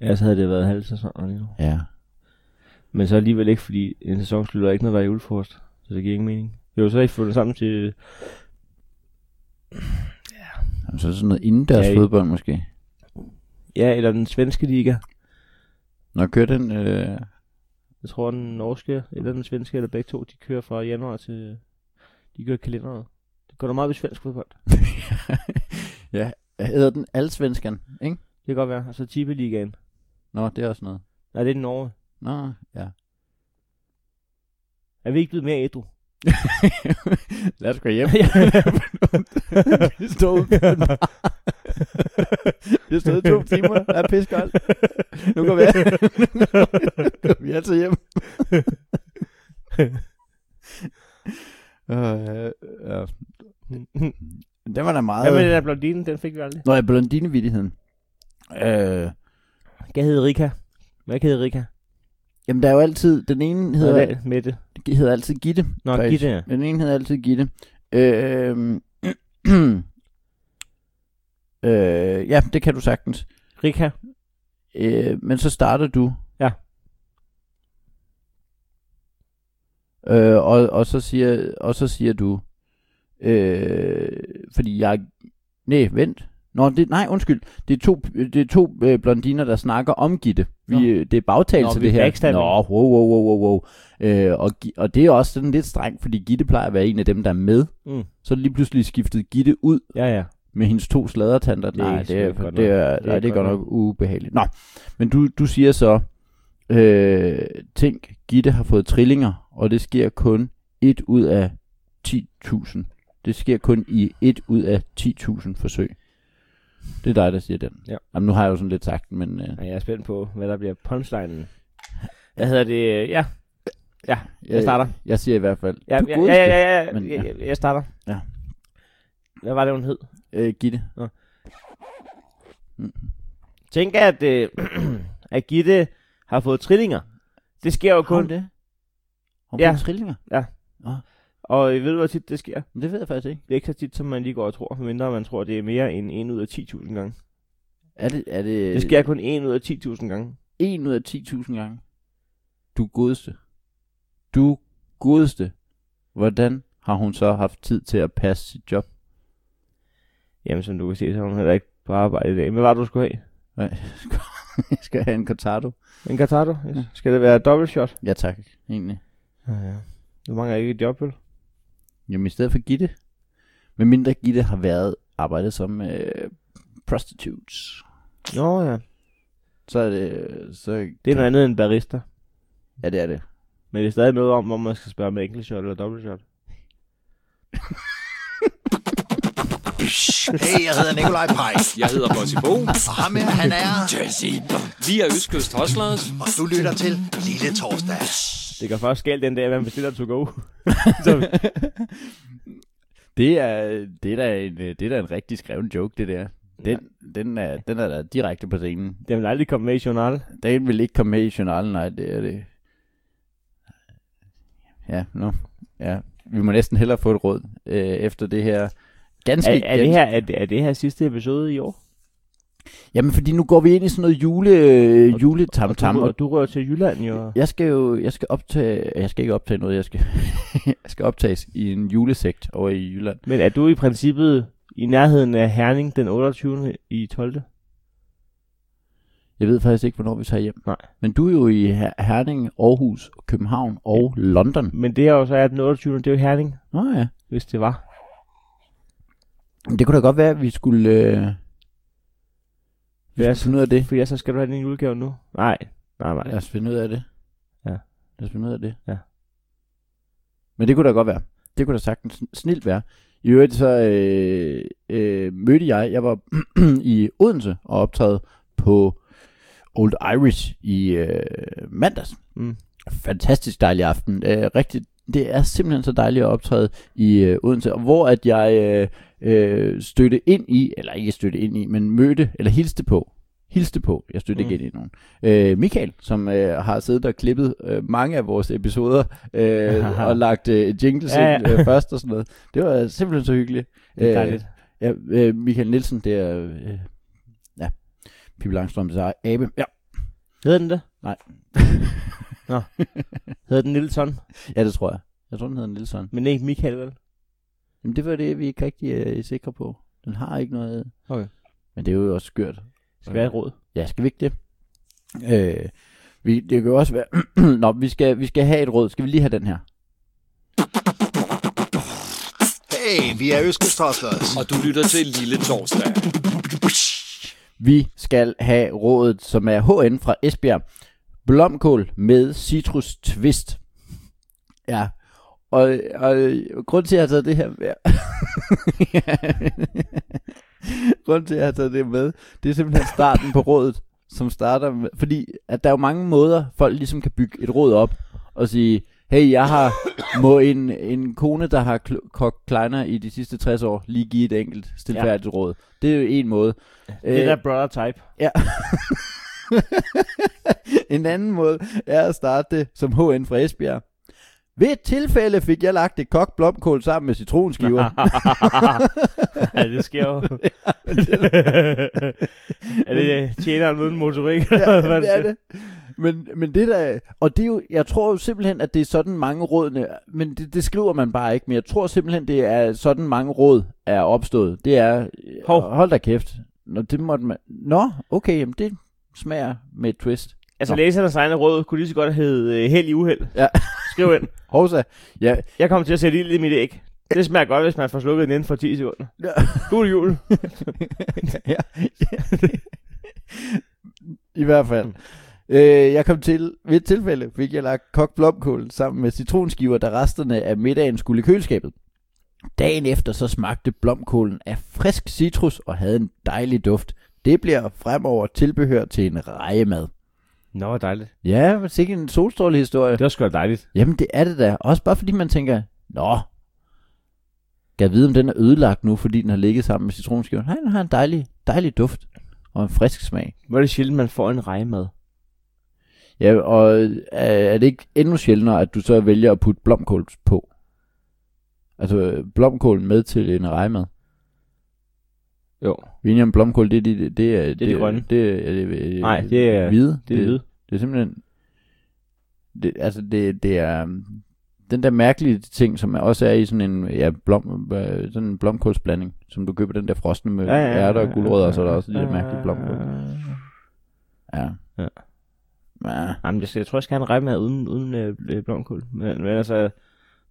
S3: Ja, så havde det været halv sæson lige nu.
S2: Ja.
S3: Men så alligevel ikke, fordi en sæson slutter ikke, når der er julefrokost. Så det giver ingen mening. Jo, så har I fundet sammen til...
S2: Jamen, Så er det sådan noget indendørs
S3: Ja,
S2: ja,
S3: i-
S2: fodbold måske.
S3: Ja, eller den svenske liga.
S2: Når kører den... Øh...
S3: Jeg tror, den norske eller den svenske, eller begge to, de kører fra januar til... De kører kalenderet. Det går da meget ved svensk fodbold.
S2: ja, hedder den Allsvenskan, ikke?
S3: Det kan godt være. Og så Tippeligaen.
S2: Nå, det er også noget.
S3: Nej, det er Norge.
S2: Nå, ja.
S3: Er vi ikke blevet mere ædru?
S2: Lad os gå hjem.
S3: Ja.
S2: Vi står ude på en bar. Vi har stået i to timer. Der er piskoldt. Nu går vi, nu går vi altså hjem. Øh, ja. Mm, Den var da meget...
S3: Hvad med den der blondine? Den fik vi aldrig.
S2: Nå, ja, blondinevittigheden. Øh,
S3: Jeg hedder Rika. Hvad hedder Rika?
S2: jamen, der er jo altid... Den ene hedder,
S3: Hedder Mette.
S2: hedder altid Gitte.
S3: Nå,
S2: Faktisk.
S3: Gitte, ja.
S2: Den ene hedder altid Gitte. Øh, Øh, ja, det kan du sagtens.
S3: Rika?
S2: Øh, men så starter du.
S3: Ja.
S2: Øh, og, og, så siger, og så siger du, øh, fordi jeg... Nej, vent. Nå, det, nej, undskyld. Det er to, det er to øh, blondiner, der snakker om Gitte. Vi,
S3: Nå.
S2: øh, det er bagtagelse,
S3: Nå, vi
S2: det her.
S3: backstabber.
S2: Nå, wow, wow, wow, wow, wow. Øh, og, Gi- og det er også sådan lidt strengt, fordi Gitte plejer at være en af dem, der er med.
S3: Mm.
S2: Så er det lige pludselig skiftet Gitte ud
S3: Ja, ja.
S2: med hendes to sladertanter.
S3: Det er
S2: Nej,
S3: ikke
S2: det er,
S3: sgu godt
S2: det er,
S3: nok.
S2: nej, det er godt nok ubehageligt. Nå, men du, du siger så, øh, tænk, Gitte har fået trillinger, og det sker kun 1 ud af 10.000. Det sker kun i 1 ud af 10.000 forsøg. Det er dig, der siger den.
S3: Ja.
S2: Jamen, nu har jeg jo sådan lidt sagt den, men øh,
S3: Og jeg er spændt på, hvad der bliver punchlinen. Hvad hedder det? Ja, jeg starter.
S2: jeg siger i hvert fald,
S3: Ja,
S2: du
S3: ja, ja,
S2: godeste,
S3: ja, ja, ja,
S2: men, ja.
S3: ja, ja, jeg starter.
S2: Ja.
S3: Hvad var det, hun hed?
S2: Øh, Gitte.
S3: Tænk, at, øh, at Gitte har fået trillinger. Det sker jo
S2: Har hun
S3: kun.
S2: det? Har hun
S3: Ja.
S2: ja. trillinger?
S3: Og øh, ved du, hvor tit det sker?
S2: Men det ved jeg faktisk ikke.
S3: Det er ikke så tit, som man lige går og tror, mindre man tror, det er mere end 1 ud af 10.000 gange.
S2: Er det, er det,
S3: Det sker kun 1 ud af 10.000 gange.
S2: 1 ud af 10.000 gange. Du godeste. Du godeste. Hvordan har hun så haft tid til at passe sit job?
S3: Jamen, som du kan se, så er hun heller ikke på arbejde i dag. Men hvad var det, du skulle have?
S2: Nej, jeg skal have en cortado.
S3: En Qatar, du? Yes. Skal det være dobbelt shot?
S2: Ja tak, egentlig.
S3: Ja, ja. Du mangler ikke et job, vel?
S2: Jamen i stedet for Gitte. Men mindre Gitte har været arbejdet som øh, prostitutes.
S3: Nå ja.
S2: Så er det... Så,
S3: Det er noget andet end barista.
S2: Ja, det er det.
S3: Men det er stadig noget om, om man skal spørge med enkelt shot eller dobbelt shot.
S4: Hey, jeg hedder Nikolaj Pej.
S5: Jeg hedder Bossy Bo.
S4: Og ham her, han er...
S5: Vi er Østkyst Hustlers.
S4: Og du lytter til Lille Torsdag.
S3: Det går først galt den dag, man bestiller to go. så,
S2: Det er, det, er da en, øh, det er da en rigtig skreven joke, det der. Den, ja. den, er, den er da direkte på scenen.
S3: den vil aldrig komme med i journal.
S2: Den vil ikke komme med i journalen, nej, det er det. Ja, nu. Ja, vi må næsten hellere få et råd øh, efter det her. Ganske,
S3: Er, er, det
S2: ganske-
S3: her, er, det, er det her sidste episode i år?
S2: Jamen, fordi nu går vi ind i sådan noget jule, øh,
S3: Og-
S2: juletamtam,
S3: du, rører,
S2: og
S3: du rører til Jylland jo.
S2: jeg skal jo, jeg skal optage, jeg skal ikke optage noget, jeg skal, jeg skal optages i en julesekt over i Jylland.
S3: Men er du i princippet i nærheden af Herning den 28. i 12.
S2: Jeg ved faktisk ikke, hvornår vi tager hjem.
S3: Nej.
S2: Men du er jo i Her- Herning, Aarhus, København og London.
S3: Men det her jo så er den 28. det er jo Herning,
S2: Nå ja.
S3: hvis det var.
S2: Men Det kunne da godt være, at vi skulle, øh, vi
S3: Ja,
S2: skulle
S3: så-
S2: finde ud af det.
S3: For ja, så skal du have din julegave nu. Nej, nej, nej.
S2: Lad os finde ud af det.
S3: Ja.
S2: Lad os finde ud af det.
S3: Ja.
S2: Men det kunne da godt være. Det kunne da sagtens sn- snilt være. I øvrigt så øh, øh, mødte jeg, jeg var i Odense og optræde på Old Irish i øh, mandags.
S3: Mm.
S2: Fantastisk dejlig aften. Øh, rigtig, det er simpelthen så dejligt at optræde i øh, Odense, og hvor at jeg øh, øh, stødte ind i, eller ikke stødte ind i, men mødte, eller hilste på, hilste på, jeg stødte mm.
S3: Mm.
S2: ikke ind i nogen, øh, Michael, som øh, har siddet og klippet øh, mange af vores episoder, øh, og lagt øh, jingles
S3: Ja,
S2: ja,
S3: ja.
S2: ja. ind øh, først og sådan noget. Det var simpelthen så hyggeligt.
S3: Det er
S2: Øh,
S3: dejligt.
S2: Ja, øh, Michael Nielsen, det er, øh, ja, Pippi Langstrøm, det er abe. Ja,
S3: Hedder den det?
S2: Nej.
S3: Nå. Hedder den Nilsson?
S2: ja, det tror jeg. Jeg tror, den hedder Nielsen.
S3: Men ikke Michael, vel?
S2: Jamen, det var det, vi ikke rigtig øh, er sikre på. Den har ikke noget... øh.
S3: Okay.
S2: Men det er jo også skørt.
S3: Skal vi have et råd?
S2: Ja, skal vi ikke det? Øh, vi, det kan jo også være... Nå, vi skal, vi skal have et råd. Skal vi lige have den her?
S4: Hey, vi er Østkyst Hustlers.
S5: Og du lytter til Lille Torsdag.
S2: Vi skal have rådet, som er HN fra Esbjerg. Blomkål med citrus twist. Ja, og, og grund til, at jeg har taget det her med... grund til, at jeg har taget det med, det er simpelthen starten på rådet, som starter med... Fordi at der er jo mange måder, folk ligesom kan bygge et råd op og sige, hey, jeg har må en, en kone, der har kl- kogt kleiner i de sidste 60 år, lige give et enkelt stilfærdigt ja. råd. Det er jo en måde. Øh,
S3: Det er der brother type.
S2: en anden måde er at starte det som HN fra Esbjerg. Ved et tilfælde fik jeg lagt et kogt blomkål sammen med citronskiver.
S3: ja, det sker jo. er det øh, tjeneren uden motorik?
S2: ja, det er det. Men, men det der, og det er jo, jeg tror jo simpelthen, at det er sådan mange rådene, men det, det skriver man bare ikke, men jeg tror simpelthen, det er sådan mange råd er opstået. Det er, Hov.
S3: Hov.
S2: hold da kæft. Nå, det måtte man, nå, okay, jamen det smager med et twist.
S3: Altså
S2: Nå.
S3: læsernes egne råd kunne lige så godt hedde øh, held i uheld.
S2: Ja.
S3: Skriv ind.
S2: Hovsa, ja,
S3: Jeg kommer til at sætte ild i mit æg. Det smager godt, hvis man får slukket den inden for 10 sekunder.
S2: Ja.
S3: God jul.
S2: ja, ja. I hvert fald. Øh, jeg kom til, ved et tilfælde fik jeg lagt kogt blomkål sammen med citronskiver, da resterne af middagen skulle i køleskabet. Dagen efter så smagte blomkålen af frisk citrus og havde en dejlig duft. Det bliver fremover tilbehør til en rejemad.
S3: Nå, hvor dejligt.
S2: Ja, men sikkert en solstrålehistorie.
S3: Det var sgu da dejligt.
S2: Jamen det er det da. Også bare fordi man tænker, nå, kan jeg vide, om den er ødelagt nu, fordi den har ligget sammen med citronskiven. Nej, den har en dejlig, dejlig duft og en frisk smag.
S3: Hvor er det sjældent, man får en rejemad.
S2: Ja, og øh, er det ikke endnu sjældnere, at du så vælger at putte blomkål på? Altså øh, blomkålen med til en rejmad.
S3: Jo.
S2: William blomkål, det er de, det, det, er, det,
S3: de grønne.
S2: Det, er, det, det,
S3: Nej, det er-
S2: hvide.
S3: Det er det.
S2: Det er simpelthen... Det, altså, det, det er... øhm, Den der mærkelige ting, som er- også er i sådan en, ja, blom, øh, sådan en blomkålsblanding, som du køber den der frosne med ja, ja, ja, ærter og gulerødder, ja, ja, og så er der også de der mærkelige blomkål.
S3: Øh.
S2: Ja.
S3: Ja.
S2: ja.
S3: Jamen, jeg, skal, jeg tror, jeg skal have en rejemad uden, uden øh, øh, blomkål. Men, men altså,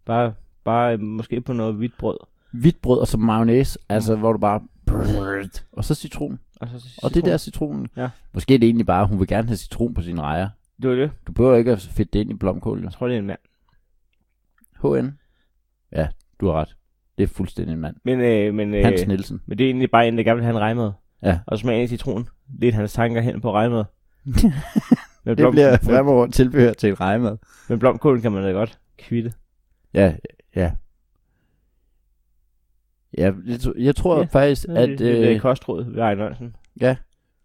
S3: bare, bare øh, måske på noget hvidt brød.
S2: Hvidt brød og så mayonnaise, altså hvor du bare... Og så citron.
S3: Og, så,
S2: Og det der citronen.
S3: Ja.
S2: Måske er det egentlig bare, hun vil gerne have citron på sine rejer.
S3: Det var det.
S2: Du behøver ikke at fedte det ind i blomkål, jo.
S3: Jeg tror, det er en mand.
S2: HN? Ja, du har ret. Det er fuldstændig en mand.
S3: Men, øh, men, øh,
S2: Hans Nielsen.
S3: men det er egentlig bare en, der gerne vil have en rejemad.
S2: Ja.
S3: Og smage af citron. Det er hans tanker hen på rejemad. men,
S2: Det
S3: blom,
S2: bliver
S3: men,
S2: fremover tilbehør til en rejemad.
S3: men blomkålen kan man da godt kvitte.
S2: Ja, ja. Ja, jeg tr- jeg tror
S3: Ja,
S2: ja, faktisk,
S3: At, det,
S2: at...
S3: det, det er
S2: Øh,
S3: kostråd ved Ejner Jørgensen.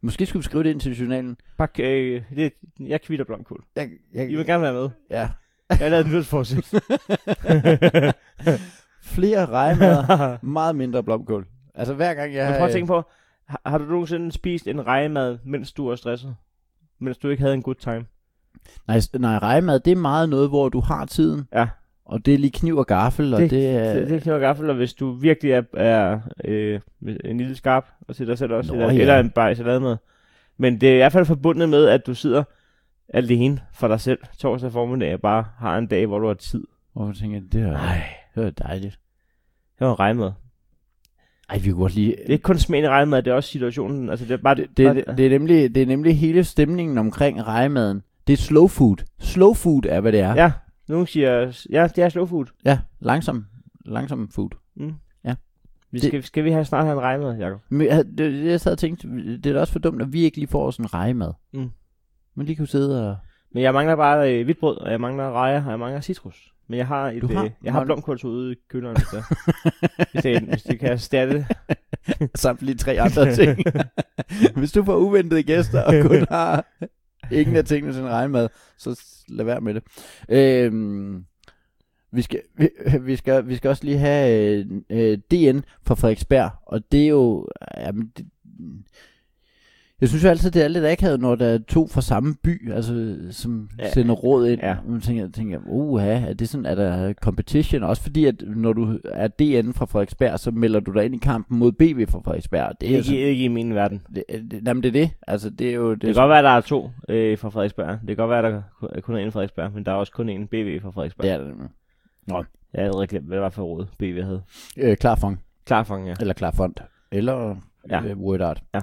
S2: måske skulle vi skrive det ind til journalen.
S3: Bare, øh, det, jeg kvitter blomkål.
S2: Jeg,
S3: I vil gerne være med.
S2: ja.
S3: Jeg har lavet en nyhedsforsæt.
S2: Flere rejemader, meget mindre blomkål. Altså hver gang jeg...
S3: Men prøv at tænke på, har, har du nogensinde spist en rejemad, mens du var stresset? Mens du ikke havde en good time?
S2: Nej, s- nej, rejemad, det er meget noget, hvor du har tiden.
S3: Ja.
S2: Og det er lige kniv og gaffel, og det, det er...
S3: Det, det kan jeg gaffel, og hvis du virkelig er, er øh, en lille skarp, og til dig selv også,
S2: Nå,
S3: eller,
S2: ja.
S3: eller en bajs eller med. Men det er i hvert fald forbundet med, at du sidder alene for dig selv torsdag formiddag, og bare har en dag, hvor du har tid.
S2: Og jeg tænker, det er,
S3: Nej,
S2: det er dejligt.
S3: det var en regnmad.
S2: Ej, vi kunne godt lige...
S3: Det er ikke kun smagen af regnmad, det er også situationen. Altså, det er bare...
S2: det,
S3: bare,
S2: det, det, er nemlig, det er nemlig hele stemningen omkring rejemaden. Det er slow food. Slow food er, hvad det er.
S3: Ja, nogen siger, ja, det er slow food.
S2: ja langsom, langsom food.
S3: Mm.
S2: Ja.
S3: Vi
S2: Det-
S3: skal, skal vi have snart have en regnmad, Jacob?
S2: Men jeg, havde- det, jeg sad og tænkte, det er da også for dumt, at vi ikke lige får os en rejemad.
S3: Mm.
S2: Men lige kunne sidde og...
S3: Men jeg mangler bare øh, hvidt brød, og jeg mangler rejer, og jeg mangler citrus. Men jeg har, et,
S2: Du har-
S3: øh, jeg har
S2: har du-
S3: blomkål ude i køleren, hvis, det, hvis, det, hvis det kan erstatte.
S2: Samt lige tre andre ting. Hvis du får uventede gæster og kun har ingen af tingene til en regnmad, så s- lad være med det. Øhm, vi, skal, vi, vi, skal, vi skal også lige have øh, øh, DN fra Frederiksberg, og det er jo... Jamen, det, jeg synes jo altid, det er lidt akavet, når der er to fra samme by, altså, som ja.
S3: Ja.
S2: sender råd ind.
S3: Ja.
S2: Og man tænker, tænker uha, er, det sådan, er der competition? Også fordi, at når du er DN fra Frederiksberg, så melder du dig ind i kampen mod BV fra Frederiksberg. Det er jo sådan-
S3: Ikke, ikke i min verden.
S2: det, det, jamen, det er det. Altså, det er jo...
S3: Det kan godt være, at der er to øh, fra Frederiksberg. Det kan godt være, at der ku- kun er en fra Frederiksberg, men der er også kun en BV fra Frederiksberg.
S2: det er det.
S3: Jeg havde glemt, hvad det var for råd, BV havde.
S2: Øh, Klarfond.
S3: Klarfang, ja.
S2: Eller Klarfond. Eller ja.
S3: Ja.
S2: øh, WordArt.
S3: Ja.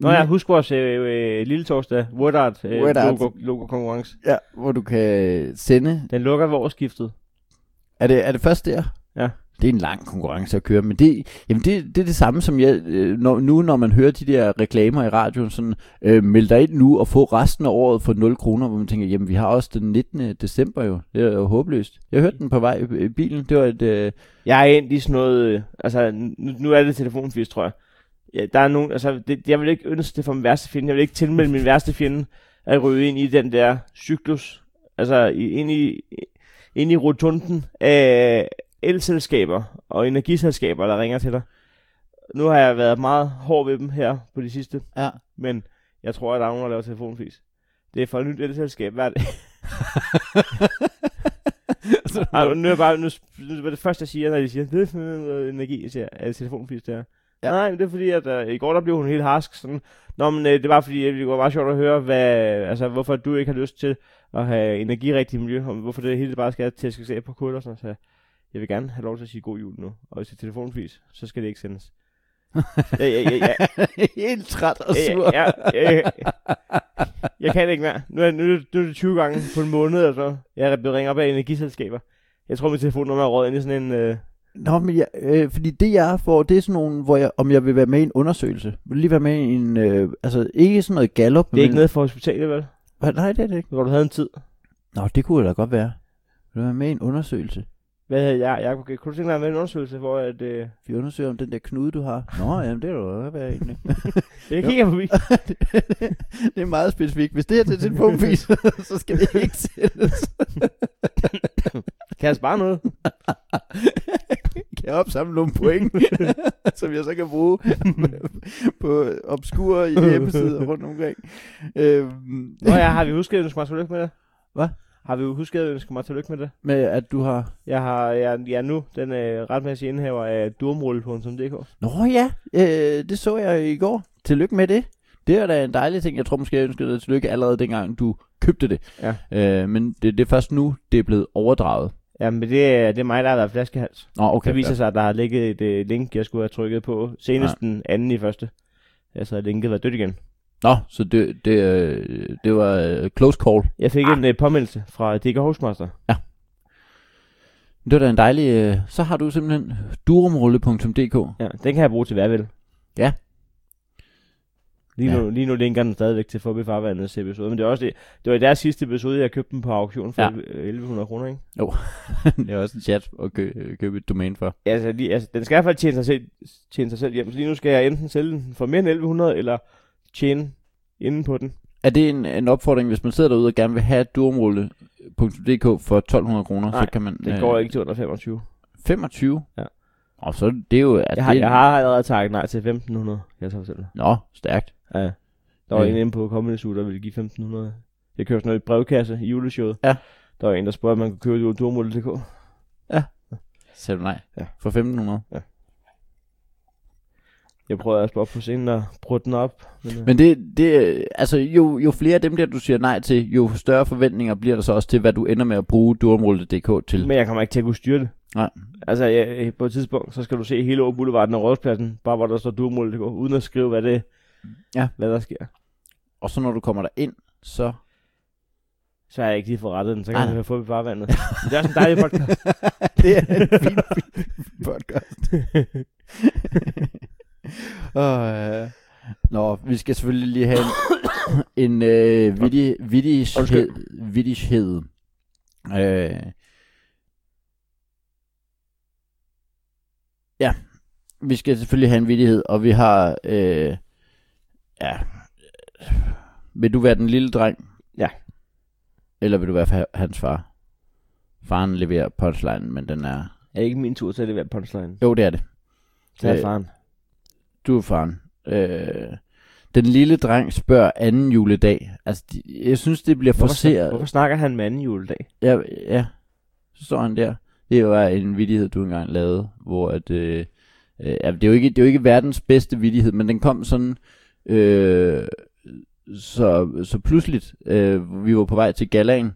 S3: Nå
S2: Nå,
S3: ja, husk vores øh, øh, lille torsdag, Wordart, øh,
S2: Wordart.
S3: Logo, logo konkurrence.
S2: ja, hvor du kan sende...
S3: Den lukker ved årsskiftet.
S2: Er det, er det først der?
S3: Ja.
S2: Det er en lang konkurrence at køre, men det, jamen det, det er det samme som jeg, øh, når, nu, når man hører de der reklamer i radioen, sådan, øh, meld dig ind nu og få resten af året for 0 kroner, hvor man tænker, jamen vi har også den 19. december jo, det er jo håbløst. Jeg hørte den på vej i- i bilen, det var et, øh,
S3: Jeg er endt i sådan noget, øh, altså nu, nu er det telefonfisk, tror jeg. Ja, der er nogen, altså det, jeg vil ikke ønske det for min værste fjende, jeg vil ikke tilmelde min værste fjende at ryge ind i den der cyklus, altså i, ind i, inde i rotunden af elselskaber og energiselskaber, der ringer til dig. Nu har jeg været meget hård ved dem her på de sidste,
S2: Ja.
S3: men jeg tror, at der er nogen, der laver telefonfis. Det er fra et nyt elselskab hvert Ej, nu, er jeg bare, nu, nu var det første, jeg siger, når de siger, det er sådan noget energi, siger, er det telefonfis, det her? Ja. Nej, men det er fordi, at uh, i går der blev hun helt harsk. Sådan, Nå, men uh, det var fordi, at det var meget sjovt at høre, hvad, altså, hvorfor du ikke har lyst til at have energirigtigt miljø, og hvorfor det hele bare skal til at se på kul og sådan noget. Så jeg vil gerne have lov til at sige god jul nu, og hvis det er telefonfis, så skal det ikke sendes. jeg, jeg, jeg, jeg,
S2: Helt træt og
S3: jeg,
S2: sur.
S3: jeg, jeg, jeg, jeg kan det ikke mere. Nu er, nu, er det- nu er det 20 gange på en måned, altså. Jeg er blevet ringet op af energiselskaber. Jeg tror, mit telefonnummer er røget ind i sådan en... Øh,
S2: Nå, men jeg, øh, fordi det jeg får, det er sådan nogle, hvor jeg, om jeg vil være med i en undersøgelse. Vil lige være med i en, øh, altså ikke sådan noget gallop.
S3: det er ikke nede for hospitalet, vel?
S2: noget. Nej, det er det ikke.
S3: Hvor du havde en tid.
S2: Nå, det kunne da godt være. Vil du være med i en undersøgelse?
S3: Hvad hedder jeg? Jacob, kunne du tænke dig at være med i en undersøgelse, hvor at, øh,
S2: Vi undersøger om den der knude, du har. Nå, jamen det er da godt være egentlig.
S3: jeg kigger forbi?
S2: det er meget specifikt. Hvis det her til telefonpris, så skal det ikke sendes.
S3: Kan jeg spare noget?
S2: kan jeg opsamle nogle point, som jeg så kan bruge på obskure hjemmesider rundt omkring. Øhm,
S3: Nå ja, har vi husket at ønske mig tillykke med det?
S2: Hvad?
S3: Har vi husket at ønske mig tillykke med det?
S2: Med at du har...
S3: Jeg, har, jeg, jeg er nu den øh, retmæssige indhaver af durmrulle.dk.
S2: Nå ja, øh, det så jeg i går. Tillykke med det. Det er da en dejlig ting. Jeg tror måske, jeg ønskede dig tillykke allerede dengang, du købte det.
S3: Ja.
S2: Øh, men det, det er først nu, det er blevet overdraget.
S3: Jamen, det, er- det er mig, der har været flaskehals.
S2: Nå, okay.
S3: Det viser sig, at der har ligget et øh, link, jeg skulle have trykket på senest den anden i første. Altså, at linket var dødt igen.
S2: Nå, så det, det, øh, det var øh, close call.
S3: Jeg fik ah. en øh, påmeldelse fra DK Hostmaster.
S2: Det var da en dejlig... Øh, så har du simpelthen durumrulle.dk.
S3: Ja, den kan jeg bruge til hvad jeg vil.
S2: Ja.
S3: Lige
S2: Ja.
S3: nu, lige nu linker den stadigvæk til Forbi Farvandets episode, men det var også det, det var i deres sidste episode, jeg købte den på auktion for
S2: Ja.
S3: ja. 1100 kroner, ikke?
S2: det er også en chat at
S3: øh,
S2: kø- købe et domæne for.
S3: Altså, lige, altså, den skal i hvert fald tjene sig, selv, tjene sig selv hjem, så lige nu skal jeg enten sælge den for mere end 1100, eller tjene inden på den.
S2: Er det en, en opfordring, hvis man sidder derude og gerne vil have durumrulle.dk for 1200 kroner,
S3: Nej,
S2: så kan man...
S3: Det øh. går ikke til under 25.
S2: 25?
S3: Ja.
S2: Og så er det jo... At
S3: Jeg har,
S2: det,
S3: jeg har allerede takket nej til 1500, jeg så selv.
S2: Nå, stærkt.
S3: Ja. Der var
S2: Øh.
S3: en inde på Comedy Zoo, der ville give 1500. Jeg købte sådan noget i brevkasse i juleshowet.
S2: Ja.
S3: Der var en, der spurgte, om man kunne købe det på durmodel.dk.
S2: Så Sagde du nej?
S3: Ja.
S2: For 1500?
S3: Jeg prøvede at spørge op på scenen og bruge den op. Men, øh, men,
S2: Men det, det altså jo, jo flere af dem der, du siger nej til, jo større forventninger bliver der så også til, hvad du ender med at bruge durumrulle.dk til.
S3: men jeg kommer ikke til at kunne styre det.
S2: Nej.
S3: Altså, jeg, på et tidspunkt, så skal du se hele Å Boulevarden og Rådspladsen, bare hvor der står durmodel.dk, uden at skrive, hvad det
S2: Ja.
S3: hvad der sker.
S2: Og så når du kommer der ind, så...
S3: Så har jeg ikke lige fået rettet den, så
S2: Nej,
S3: kan
S2: nej.
S3: man få i farvandet. Men det er også en dejlig podcast.
S2: det er en fin, fin, fin podcast. og, øh, nå, vi skal selvfølgelig lige have en, en øh, vittig, vittighed. vittighed. Øh, ja, vi skal selvfølgelig have en vittighed, og vi har... Øh, ja, øh, vil du være den lille dreng?
S3: Ja.
S2: Eller vil du være fa- hans far? Faren leverer punchline, men den er...
S3: er det ikke min tur til at levere punchline?
S2: Jo, det er det.
S3: Så er
S2: Øh.
S3: faren.
S2: Du er faren. Øh, den lille dreng spørger anden juledag. Altså, de, jeg synes, det bliver
S3: Hvorfor, snak-
S2: forseret.
S3: hvorfor snakker han med anden juledag?
S2: Ja, ja, så står han der. Det var en vidighed, du engang lavede, hvor at... Øh, øh, ja, det, er jo ikke, det er jo ikke verdens bedste vidighed, men den kom sådan... Øh, så, så pludseligt, øh, vi var på vej til galaen,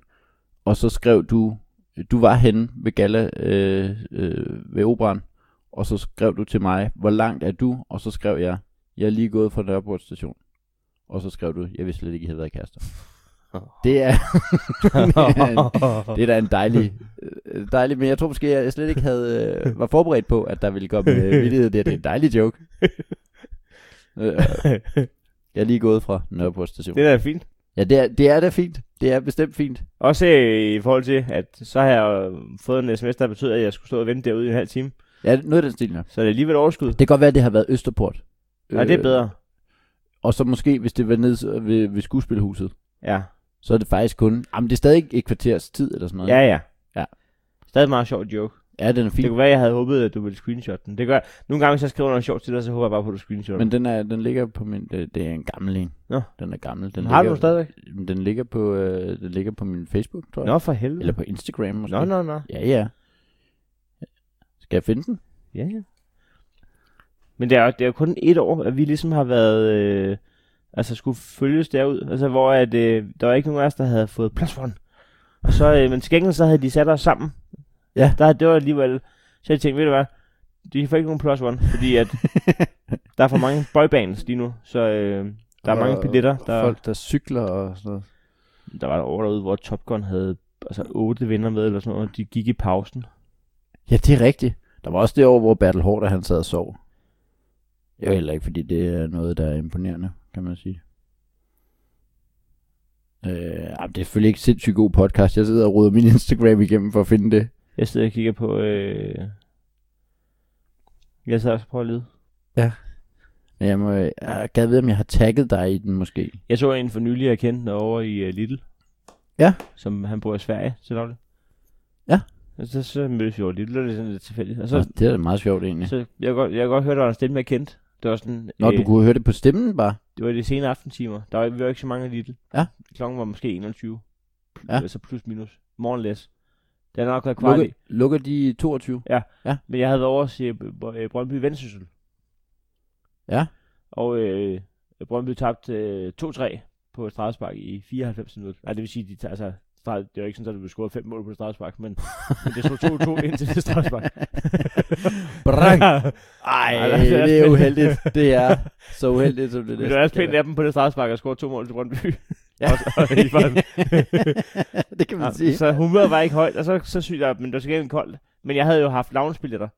S2: og så skrev du, du var henne ved gala øh, øh, ved operan, og så skrev du til mig, hvor langt er du? Og så skrev jeg, jeg er lige gået fra Nørreport station. Og så skrev du, jeg vidste slet ikke, I havde været kærester. Det er, det er da en dejlig, øh, dejlig, men jeg tror måske, jeg slet ikke havde, øh, var forberedt på, at der ville komme øh, vildighed der. Det er en dejlig joke. Øh, jeg er lige gået fra Nørreport station.
S3: det er da fint.
S2: Ja, det er, det er da fint. Det er bestemt fint.
S3: Også øh, i forhold til, at så har jeg øh, fået en sms, der betyder, at jeg skulle stå og vente derude i en halv time.
S2: Ja, noget af den stil, ja.
S3: Så er det alligevel overskud.
S2: Det kan godt være, at det har været Østerport.
S3: Og
S2: Øh,
S3: det er bedre.
S2: Og så måske, hvis det var nede ved, ved skuespilhuset,
S3: Ja,
S2: så er det faktisk kun... Jamen, det er stadig et kvarters tid eller sådan noget.
S3: ja, ja.
S2: Ja.
S3: Stadig meget sjov joke.
S2: Ja, den er
S3: Det
S2: fin.
S3: kunne være, jeg havde håbet, at du ville screenshot den. Det gør Nogle gange, hvis jeg skriver noget sjovt til dig, så håber jeg bare på, at du screenshotter
S2: Men
S3: den.
S2: den, er, den ligger på min... Det, det er en gammel en.
S3: Nå.
S2: Den er gammel. Den
S3: har du
S2: ligger,
S3: den stadigvæk?
S2: Jamen, Den ligger på, øh, den ligger på min Facebook, tror jeg.
S3: Nå, for helvede.
S2: Eller på Instagram måske.
S3: Nå, nå, nå.
S2: Ja, ja. Skal jeg finde den?
S3: Ja, ja. Men det er, jo- det er jo kun et år, at vi ligesom har været... Øh, altså, skulle følges derud. Altså, hvor at, øh, der var ikke nogen af os, der havde fået plus one. Og så, øh, men til gengæld, så havde de sat os sammen.
S2: Ja.
S3: Der, det var alligevel... Så jeg tænkte, ved du hvad? De får ikke nogen plus one, fordi at der er for mange boybands lige nu. Så øh, der er mange
S2: Og-
S3: billetter. Der,
S2: Folk, der cykler og sådan noget.
S3: der var et år derude, hvor Top Gun havde altså otte venner med, eller sådan noget, og de gik i pausen.
S2: Ja, det er rigtigt. Der var også det år, hvor Bertel Hårder, han sad og sov. Det var heller ikke, fordi det er noget, der er imponerende, kan man sige. Øh, ej, det er selvfølgelig ikke sindssygt god podcast. Jeg sidder og roder min Instagram igennem for at finde det.
S3: Jeg sidder og kigger på... Øh... Jeg sidder også og prøver at lide.
S2: Men jeg må, øh, jeg gad vide, om jeg har tagget dig i den måske.
S3: Jeg så en for nylig, jeg kendte over i uh, Lidl.
S2: Ja.
S3: Som han bor i Sverige til daglig.
S2: Ja.
S3: Og så, så mødtes vi over i Lidl, og det er sådan lidt tilfældigt. Og så,
S2: Så, Altså, det er da meget sjovt egentlig.
S3: så jeg, kan godt, jeg kan godt høre, at der var en stemme, jeg kendte. Det var sådan... øh,
S2: Nå, du kunne høre det på stemmen bare.
S3: Det var i de sene aftentimer. Der var, vi var ikke så mange i Lidl.
S2: Ja.
S3: Klokken var måske 21.
S2: Ja.
S3: Ja. Så plus minus. Morgenlæs. Det har nok været kvart i.
S2: Lukker, lukker de i 22?
S3: Men jeg havde været over at se øh, Br- øh, Brøndby Vendsyssel.
S2: Ja.
S3: Og øh, Brøndby tabte øh, 2-3 på et straffespark i 94 minutter. Nej, det vil sige, de tager, altså, stra- det var ikke sådan, at der blev scoret fem mål på et straffespark, men, men det stod 2-2 indtil det straffespark.
S2: Brang! Ej,
S3: Ej, det er
S2: det er
S3: også-
S2: uheldigt. Det er så uheldigt, som det
S3: men det
S2: næsten
S3: var også
S2: kan
S3: pænt af dem på det straffespark at score to mål til Brøndby.
S2: Ja.
S3: Også- og i var-
S2: være. det kan man sige.
S3: Ja, så humøret var ikke højt, og så, så sygt op, men det var til gengæld koldt. Men jeg havde jo haft loungespilletter.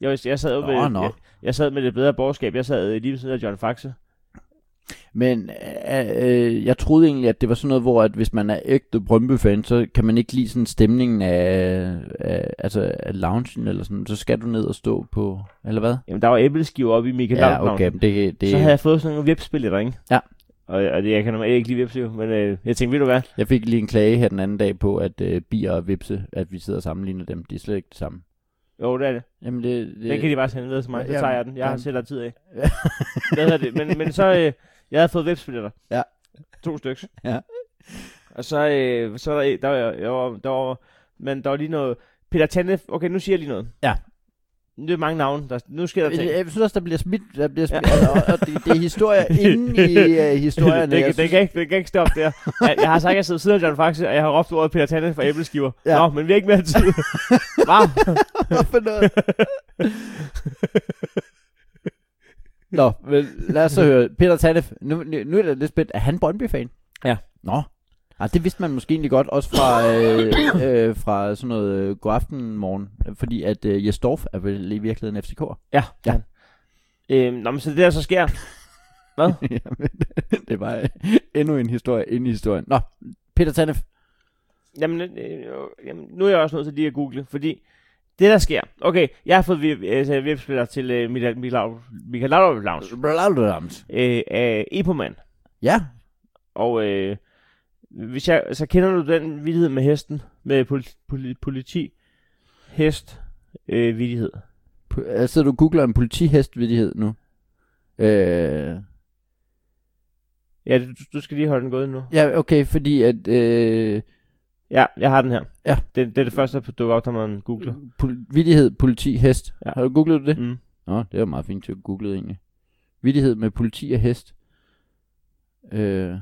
S3: Jeg, var- jeg sad jo
S2: Nå,
S3: med,
S2: nå.
S3: Jeg, jeg, sad med det bedre borgerskab. Jeg sad øh, lige ved siden af John Faxe.
S2: Men øh, øh, jeg troede egentlig, at det var sådan noget, hvor at hvis man er ægte Brøndby-fan, så kan man ikke lide sådan stemningen af, af, altså af loungen eller sådan. Så skal du ned og stå på, eller hvad?
S3: Jamen, der var æbleskiver oppe i Michael
S2: Ja,
S3: Laudrup.
S2: okay, men det, det,
S3: Så havde jeg fået sådan nogle vipspilletter, ikke?
S2: Ja.
S3: Og, og det, jeg kan normalt ikke lide vipsliv, men øh, jeg tænkte, ved du hvad?
S2: jeg fik lige en klage her den anden dag på, at øh, bier og vipse, at vi sidder og sammenligner dem, de er slet ikke det samme.
S3: Jo, det er det.
S2: Jamen det, det,
S3: Den kan de bare sende videre til mig. Så
S2: Ja,
S3: tager jeg den. Jeg har
S2: jamen.
S3: selv tid af.
S2: Ja.
S3: Hvad hedder det? Men, men så, øh, jeg havde fået vipspilletter.
S2: Ja.
S3: To stykker.
S2: Ja.
S3: Og så, øh, så er der, en- der, var, jeg var, der var, men der var lige noget. Peter Tanne, okay, nu siger jeg lige noget.
S2: Ja. Øh,
S3: Det er mange navne. Der, nu sker der ting.
S2: Jeg, jeg synes også, der bliver smidt, der bliver smidt,
S3: Ja.
S2: ja. altså, og- og det, det er historier inde i uh, historierne.
S3: det,
S2: jeg
S3: det, det,
S2: synes,
S3: kan ikke, det kan ikke stoppe der. Jeg, jeg har sagt, at jeg sidder ved siden af John Faxe, og jeg har råbt ordet Peter Tanne fra æbleskiver. Ja.
S2: Ja.
S3: Nå, men vi har ikke mere tid. Wow.
S2: for noget. Nå, men lad os så høre. Peter Tanef, nu, nu nu er det lidt spændt. Er han Brøndby-fan?
S3: Ja.
S2: Nå. Ah, det vidste man måske egentlig godt, også fra, øh, øh, fra sådan noget øh, godaften morgen. Fordi at øh, Jes Dorf er vel i virkeligheden FCK'er.
S3: Ja.
S2: Ja.
S3: Øhm, nå, men så det der så sker.
S2: Jamen, det var øh, endnu en historie inde i historien. Nå, Peter Tanef.
S3: Jamen, øh, jamen, nu er jeg også nødt til lige at google, fordi det der sker. Okay, jeg har fået vip, altså, vipspiller til øh, Michael, Michael, Michael Laudrup Lounge øh, af Epoman.
S2: Ja,
S3: Og øh, hvis jeg, så kender du den vidighed med hesten, med politi, politi, politi hest, øh, vidighed.
S2: Po- øh, Sidder du og googler en politihestvidighed nu? Øh,
S3: Ja, du, du skal lige holde den gået nu.
S2: ja, okay, fordi at øh,
S3: Ja, jeg har den her.
S2: Ja.
S3: Det, det er det første, der dukker op, når man googler.
S2: pol- vidighed, politi, hest.
S3: Ja.
S2: Ja. Har du googlet det?
S3: Mm.
S2: Nå, det var meget fint til at google egentlig. Vidighed med politi og hest. Øh.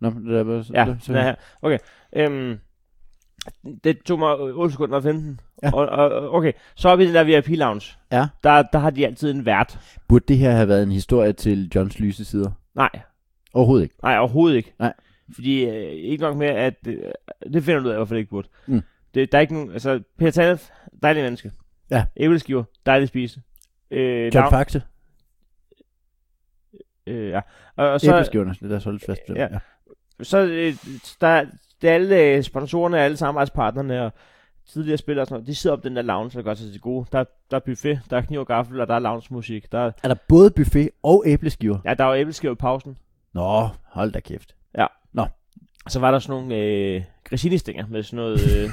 S2: Nå, men det er bare...
S3: Ja,
S2: det-
S3: den er her. Okay. Øhm, det tog mig øh, 8 sekunder og 15. Ja.
S2: Ja.
S3: Og, og, og- okay, så er vi i den der VIP lounge.
S2: Ja.
S3: Der, der har de altid en vært.
S2: Burde det her have været en historie til Johns lyse sider?
S3: Nej,
S2: Overhovedet ikke.
S3: nej, overhovedet ikke.
S2: Nej.
S3: Fordi øh, ikke nok med, at øh, det finder du ud af, hvorfor det ikke burde.
S2: Mm.
S3: Det, der er ikke nogen, altså, Peter Tanef, dejlig menneske.
S2: Ja.
S3: Æbleskiver, dejlig spise. Øh,
S2: John
S3: navn-
S2: Faxe.
S3: øh, ja. Og, og så,
S2: Æbleskiverne, det er der så lidt fast. ved.
S3: Ja. så øh, der, det er alle øh, sponsorerne, alle samarbejdspartnerne og tidligere spillere og sådan noget, de sidder op i den der lounge, der gør sig til gode. Der, der er buffet, der er kniv og gaffel, og der er loungemusik. Der,
S2: Er der både buffet og æbleskiver?
S3: ja, der var æbleskiver i pausen.
S2: Nå, hold da kæft.
S3: Så var der sådan nogle øh, grisinisdinger med sådan noget... Øh,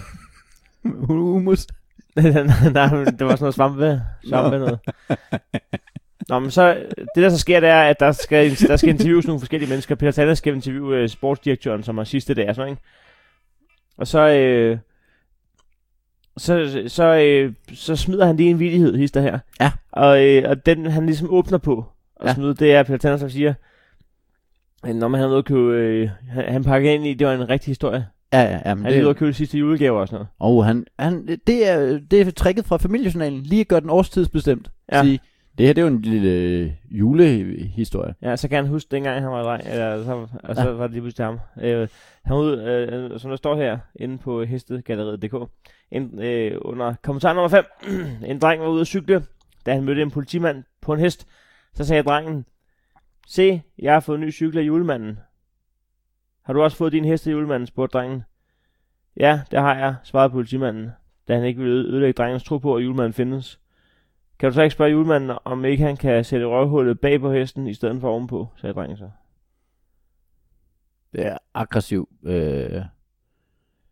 S2: Humus.
S3: Nej, men det var sådan noget svampe, svampe noget. Nå, men så, det der så sker, det er, at der skal, der skal interviews nogle forskellige mennesker. Peter Taller skal interviewe uh, sportsdirektøren, som er sidste dag, og sådan noget, ikke? Og så, øh, så, så, øh, så smider han lige en vidighed, hister her.
S2: Ja.
S3: Og, øh, og den, han ligesom åbner på og
S2: Ja.
S3: ja. smider, det er Peter Taller, som siger, at når man havde noget at købe, øh, han, han pakkede ind i, det var en rigtig historie.
S2: Ja, ja, ja. Men
S3: Han havde
S2: det,
S3: ude at købe sidste julegave og sådan noget.
S2: og han, han, det, er, det er tricket fra familiejournalen. Lige at gøre den årstidsbestemt. Ja.
S3: Ja.
S2: Sige, det her det er jo en lille øh, julehistorie.
S3: Ja, så kan han huske dengang, han var dreng, eller, så, og så
S2: Ja.
S3: ja. var det lige pludselig ham. Øh, han var ude, øh, som der står her, inde på hestegalleriet.dk, en, øh, under kommentar nummer 5. en dreng var ude at cykle, da han mødte en politimand på en hest. Så sagde drengen, se, jeg har fået en ny cykel af julemanden. Har du også fået din hest af julemanden, spurgte drengen. Ja, det har jeg, svarede politimanden, da han ikke ville ødelægge drengens tro på, at julemanden findes. Kan du så ikke spørge julemanden, om ikke han kan sætte røvhullet bag på hesten, i stedet for ovenpå, sagde drengen så.
S2: Det er aggressiv øh,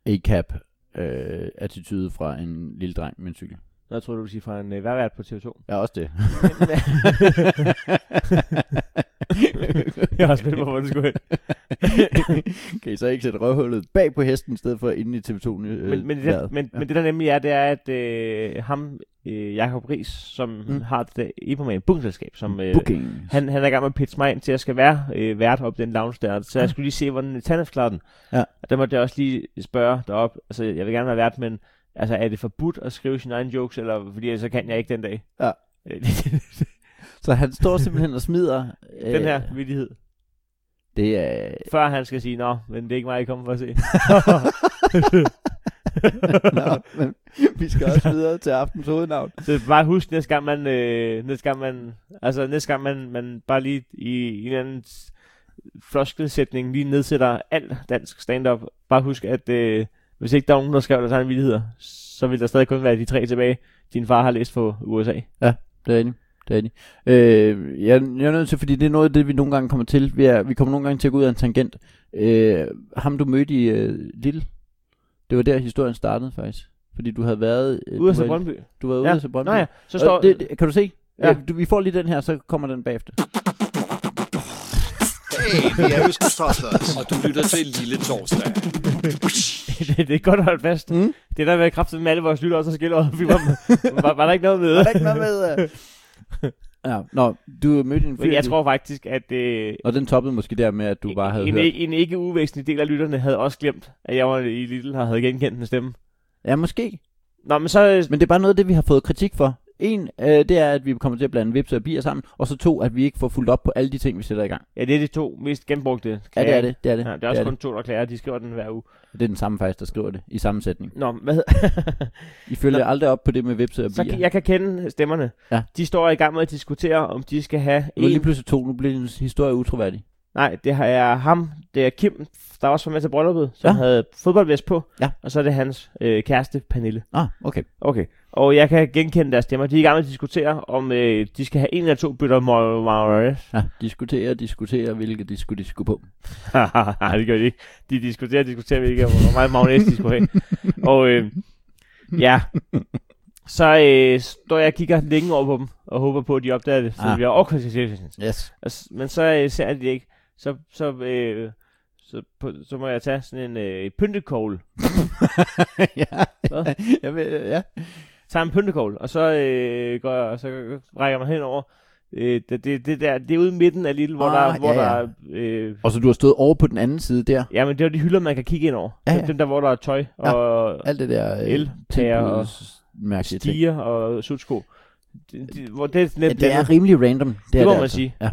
S2: A-cap øh, attitude fra en lille dreng med en cykel.
S3: Nå, jeg troede, du ville sige fra en øh, værvært på TV2.
S2: Ja, også det.
S3: Jeg har spændt på, hvor det skulle hen.
S2: kan I så ikke sætte røvhullet bag på hesten, i stedet for inde i TV2? Øh,
S3: Men, men, det, der,
S2: vejret?
S3: men,
S2: Ja.
S3: men det der nemlig er, det er, at øh, ham, øh, Jakob Ries, som
S2: Mm.
S3: mm. har det der Ebermann Bungselskab, som øh,
S2: Booking.
S3: han, han er i gang med at pitche mig ind til, at jeg skal være øh, vært op den lounge der. Så jeg skulle lige se, hvordan Tanef klarede den.
S2: Ja.
S3: Og der måtte jeg også lige spørge derop. Altså, jeg vil gerne være vært, men altså, er det forbudt at skrive sine egne jokes, eller fordi så kan jeg ikke den dag?
S2: Ja.
S3: Øh,
S2: Så han står simpelthen og smider... Øh,
S3: den her vidighed.
S2: Det er...
S3: Før han skal sige, nå, men det er ikke mig, I kommer for at se.
S2: Nå, men vi skal også videre til aftens hovednavn.
S3: Så bare husk næste gang man, øh, næste gang man, altså næste gang man, man bare lige i, i en eller anden s- floskelsætning lige nedsætter alt dansk stand-up. Bare husk, at øh, hvis ikke der er nogen, der skrev deres egne vildigheder, så vil der stadig kun være de tre tilbage, din far har læst på USA.
S2: Det er enig. Det er enig. Øh, jeg, jeg er nødt til, fordi det er noget af det, vi nogle gange kommer til. Vi, er, vi kommer nogle gange til at gå ud af en tangent. Øh, ham, du mødte i øh, Lille, det var der, historien startede faktisk. Fordi du havde været... Øh,
S3: Ude af
S2: du, var,
S3: Brøndby.
S2: du var ude
S3: Ja.
S2: af Brøndby.
S3: Nå ja, så
S2: Og
S3: står...
S2: det, det, kan du se? Ja.
S3: Ja.
S2: du, vi får lige den her, så kommer den bagefter.
S4: Hey, vi er Østkyst Hustlers.
S5: Og du lytter til Lille Torsdag.
S3: det, det er godt at holde fast.
S2: Mm.
S3: Mm. Det er der med kraftigt med alle vores lytter også skiller. Vi var, var, var, der ikke noget med
S2: Der er ikke noget med... øh. Ja, nå, du mødte en fyr.
S3: Men jeg tror faktisk, at øh,
S2: Og den toppede måske der med, at du bare havde
S3: en,
S2: hørt.
S3: en, en ikke uvæsentlig del af lytterne havde også glemt, at jeg var i Lidl og havde genkendt den stemme.
S2: Ja, måske.
S3: Nå, men så... øh,
S2: Men det er bare noget af det, vi har fået kritik for. En, øh, det er, at vi kommer til at blande vips og bier sammen. Og så to, at vi ikke får fuldt op på alle de ting, vi sætter i gang.
S3: Ja, det er de to mest genbrugte.
S2: Ja, det
S3: klager.
S2: er det. Det er det.
S3: Ja, det er
S2: det,
S3: også
S2: er
S3: kun to, der klager. De skriver den hver uge.
S2: det. det er den samme faktisk, der skriver det i samme sætning.
S3: Nå, hvad hedder...
S2: I følger aldrig op på det med vips og
S3: så
S2: bier.
S3: kan, jeg kan kende stemmerne.
S2: Ja.
S3: De står i gang med at diskutere, om de skal have
S2: Nu er lige
S3: en...
S2: pludselig to, nu bliver din historie utroværdig.
S3: Nej, det her er ham. Det er Kim, der også var med til brylluppet, som
S2: Ja.
S3: ja. havde fodboldvest på.
S2: Ja.
S3: Og så er det hans øh, kæreste, Pernille.
S2: Ah, okay.
S3: Okay. Og jeg kan genkende deres stemmer. De er i gang med at diskutere, om øh, de skal have en eller to bøtter Morales.
S2: Ja, diskutere, diskutere, hvilke de skulle de skulle på.
S3: Nej, det gør de ikke. De diskuterer, diskuterer, hvilke, hvor meget magnæs de skulle have. Og øh, ja, så øh, står jeg og kigger længe over på dem, og håber på, at de opdager det, så
S2: Ah.
S3: ah. vi har overkonsekvenser.
S2: Yes.
S3: Men så øh, ser jeg det ikke. Så, så, øh, så, på, så må jeg tage sådan en øh, pyntekogle.
S2: ja.
S3: Hvad?
S2: Jeg ved, ja.
S3: Tager en pyntekogle, og så, øh, går jeg, og så rækker jeg mig henover. Øh, det, det, det, der, det er ude i midten af lille, hvor
S2: Ah,
S3: der, hvor
S2: ja,
S3: ja,
S2: ja.
S3: ja. der øh,
S2: Og så du har stået over på den anden side der.
S3: Ja, men det er jo de hylder, man kan kigge ind over.
S2: Ja,
S3: Ja,
S2: ja.
S3: ja. Dem der, hvor der er tøj
S2: Ja.
S3: og
S2: Alt det der...
S3: Elpærer og
S2: mærkelige ting.
S3: stiger og sutsko. De, de, hvor det er
S2: Ja,
S3: nemt
S2: det er rimelig random. Det, er
S3: må
S2: det
S3: man
S2: altså.
S3: sige.
S2: Ja.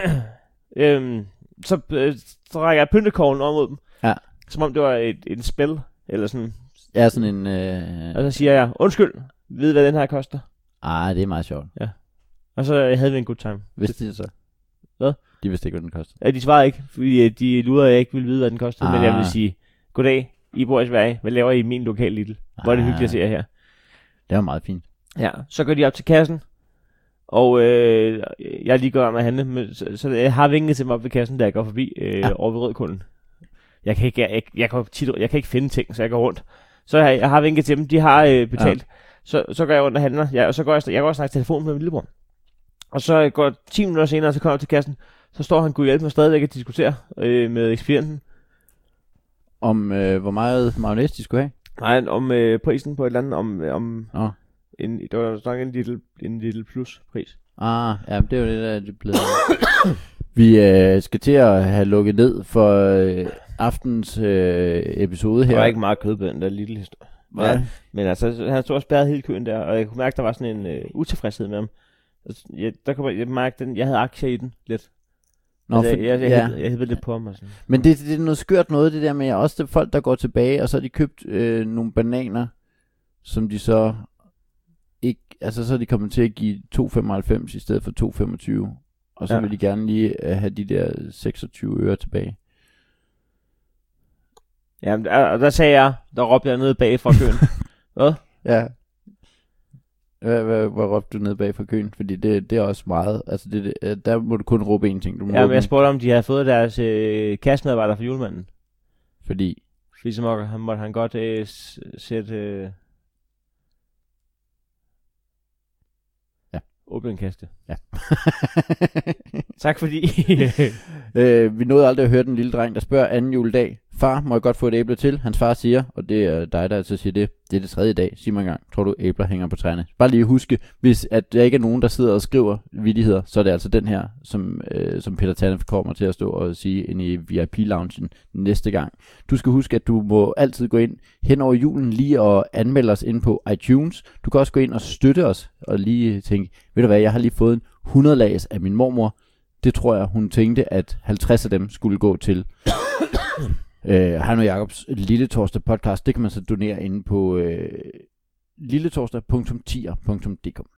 S3: øhm, så, øh, så rækker jeg pyntekoglen over mod dem.
S2: Ja.
S3: Som om det var et, et spil, eller sådan.
S2: ja, sådan en... Øh...
S3: Og så siger jeg, undskyld, ved I, hvad den her koster?
S2: Ah, det er meget sjovt.
S3: Og så øh, havde vi en good time.
S2: Vidste de det så?
S3: Hvad?
S2: De vidste ikke, hvad den koster.
S3: Ja, de svarede ikke, fordi øh, de lurede, at jeg ikke ville vide, hvad den kostede. Men jeg
S2: Ah.
S3: vil sige, goddag, I bor i Sverige. Hvad laver I i min lokale lille? Hvor er det
S2: Ah.
S3: hyggeligt at se jer her.
S2: Det var meget fint.
S3: Ja, så går de op til kassen, og øh, jeg lige går om at handle, men, så, så jeg har vinket til mig op ved kassen, da jeg går forbi øh,
S2: Ja.
S3: ja. over ved Rødkunden. Jeg kan, ikke, jeg, jeg, jeg, kan tit, jeg kan ikke finde ting, så jeg går rundt. Så har jeg, jeg har vinket til dem, de har øh, betalt. Ja. Så, så går jeg rundt og handler, ja, og så går jeg, jeg går og snakker telefon med min lillebror. Og så øh, går 10 minutter senere, så kommer jeg til kassen, så står han kunne hjælpe mig stadigvæk at diskutere øh, med ekspedienten.
S2: Om øh, hvor meget mayonnaise de skulle have.
S3: Nej, om øh, prisen på et eller andet, om, øh, om
S2: Nå.
S3: en, der var nok en lille, en lille plus pris.
S2: Ah, ja, men det er jo det, der er det blevet. Vi øh, skal til at have lukket ned for øh, aftens øh, episode
S3: Der
S2: her.
S3: var ikke meget kød på den der lille historie.
S2: Hvad?
S3: Ja. Men altså, så- han stod og spærrede hele køen der, og jeg kunne mærke, der var sådan en øh, utilfredshed med ham. Og s- Jeg, der kunne jeg, jeg mærke, den, jeg havde aktier i den lidt.
S2: Nå,
S3: altså,
S2: for-
S3: jeg, jeg,
S2: ja.
S3: jeg, jeg, jeg lidt på ham og sådan.
S2: Men det, det er noget skørt noget, det der med også det er folk, der går tilbage, og så har de købt øh, nogle bananer, som de så ikke, altså så er de kommet til at give 2,95 i stedet for 2,25. Og så
S3: Ja.
S2: ja. vil de gerne lige øh, have de der 26 øre tilbage.
S3: Ja, men der, og der sagde jeg, der råbte jeg ned bag fra køen.
S2: Ja. Hvad, hvad, hvad råbte du ned bag for køen? Fordi det, det er også meget. Altså det, det, øh, der må du kun råbe én ting. Du må
S3: ja,
S2: råbe
S3: men jeg
S2: en-
S3: spurgte, om de havde fået deres øh, kassemedarbejder fra julemanden.
S2: Fordi
S3: Fordi så måtte han, måtte han godt øh, s- sætte... Øh,
S2: Ja.
S3: Åbne en kaste.
S2: Ja.
S3: Tak fordi...
S2: øh, vi nåede aldrig at høre den lille dreng, der spørger anden juledag. Far, må jeg godt få et æble til? Hans far siger, og det er dig, der altså siger det. Det er det tredje dag, sig mig engang. Tror du, æbler hænger på træerne? Bare lige huske, hvis at der ikke er nogen, der sidder og skriver vidigheder, så er det altså den her, som, øh, som Peter Tanef kommer til at stå og sige inde i VIP-loungen næste gang. Du skal huske, at du må altid gå ind hen over julen lige og anmelde os ind på iTunes. Du kan også gå ind og støtte os og lige tænke, ved du hvad, jeg har lige fået en 100 lags af min mormor. Det tror jeg, hun tænkte, at 50 af dem skulle gå til øh, Heino Jacobs Lille Torsdag podcast. Det kan man så donere inde på øh, lilletorsdag.tier.dk.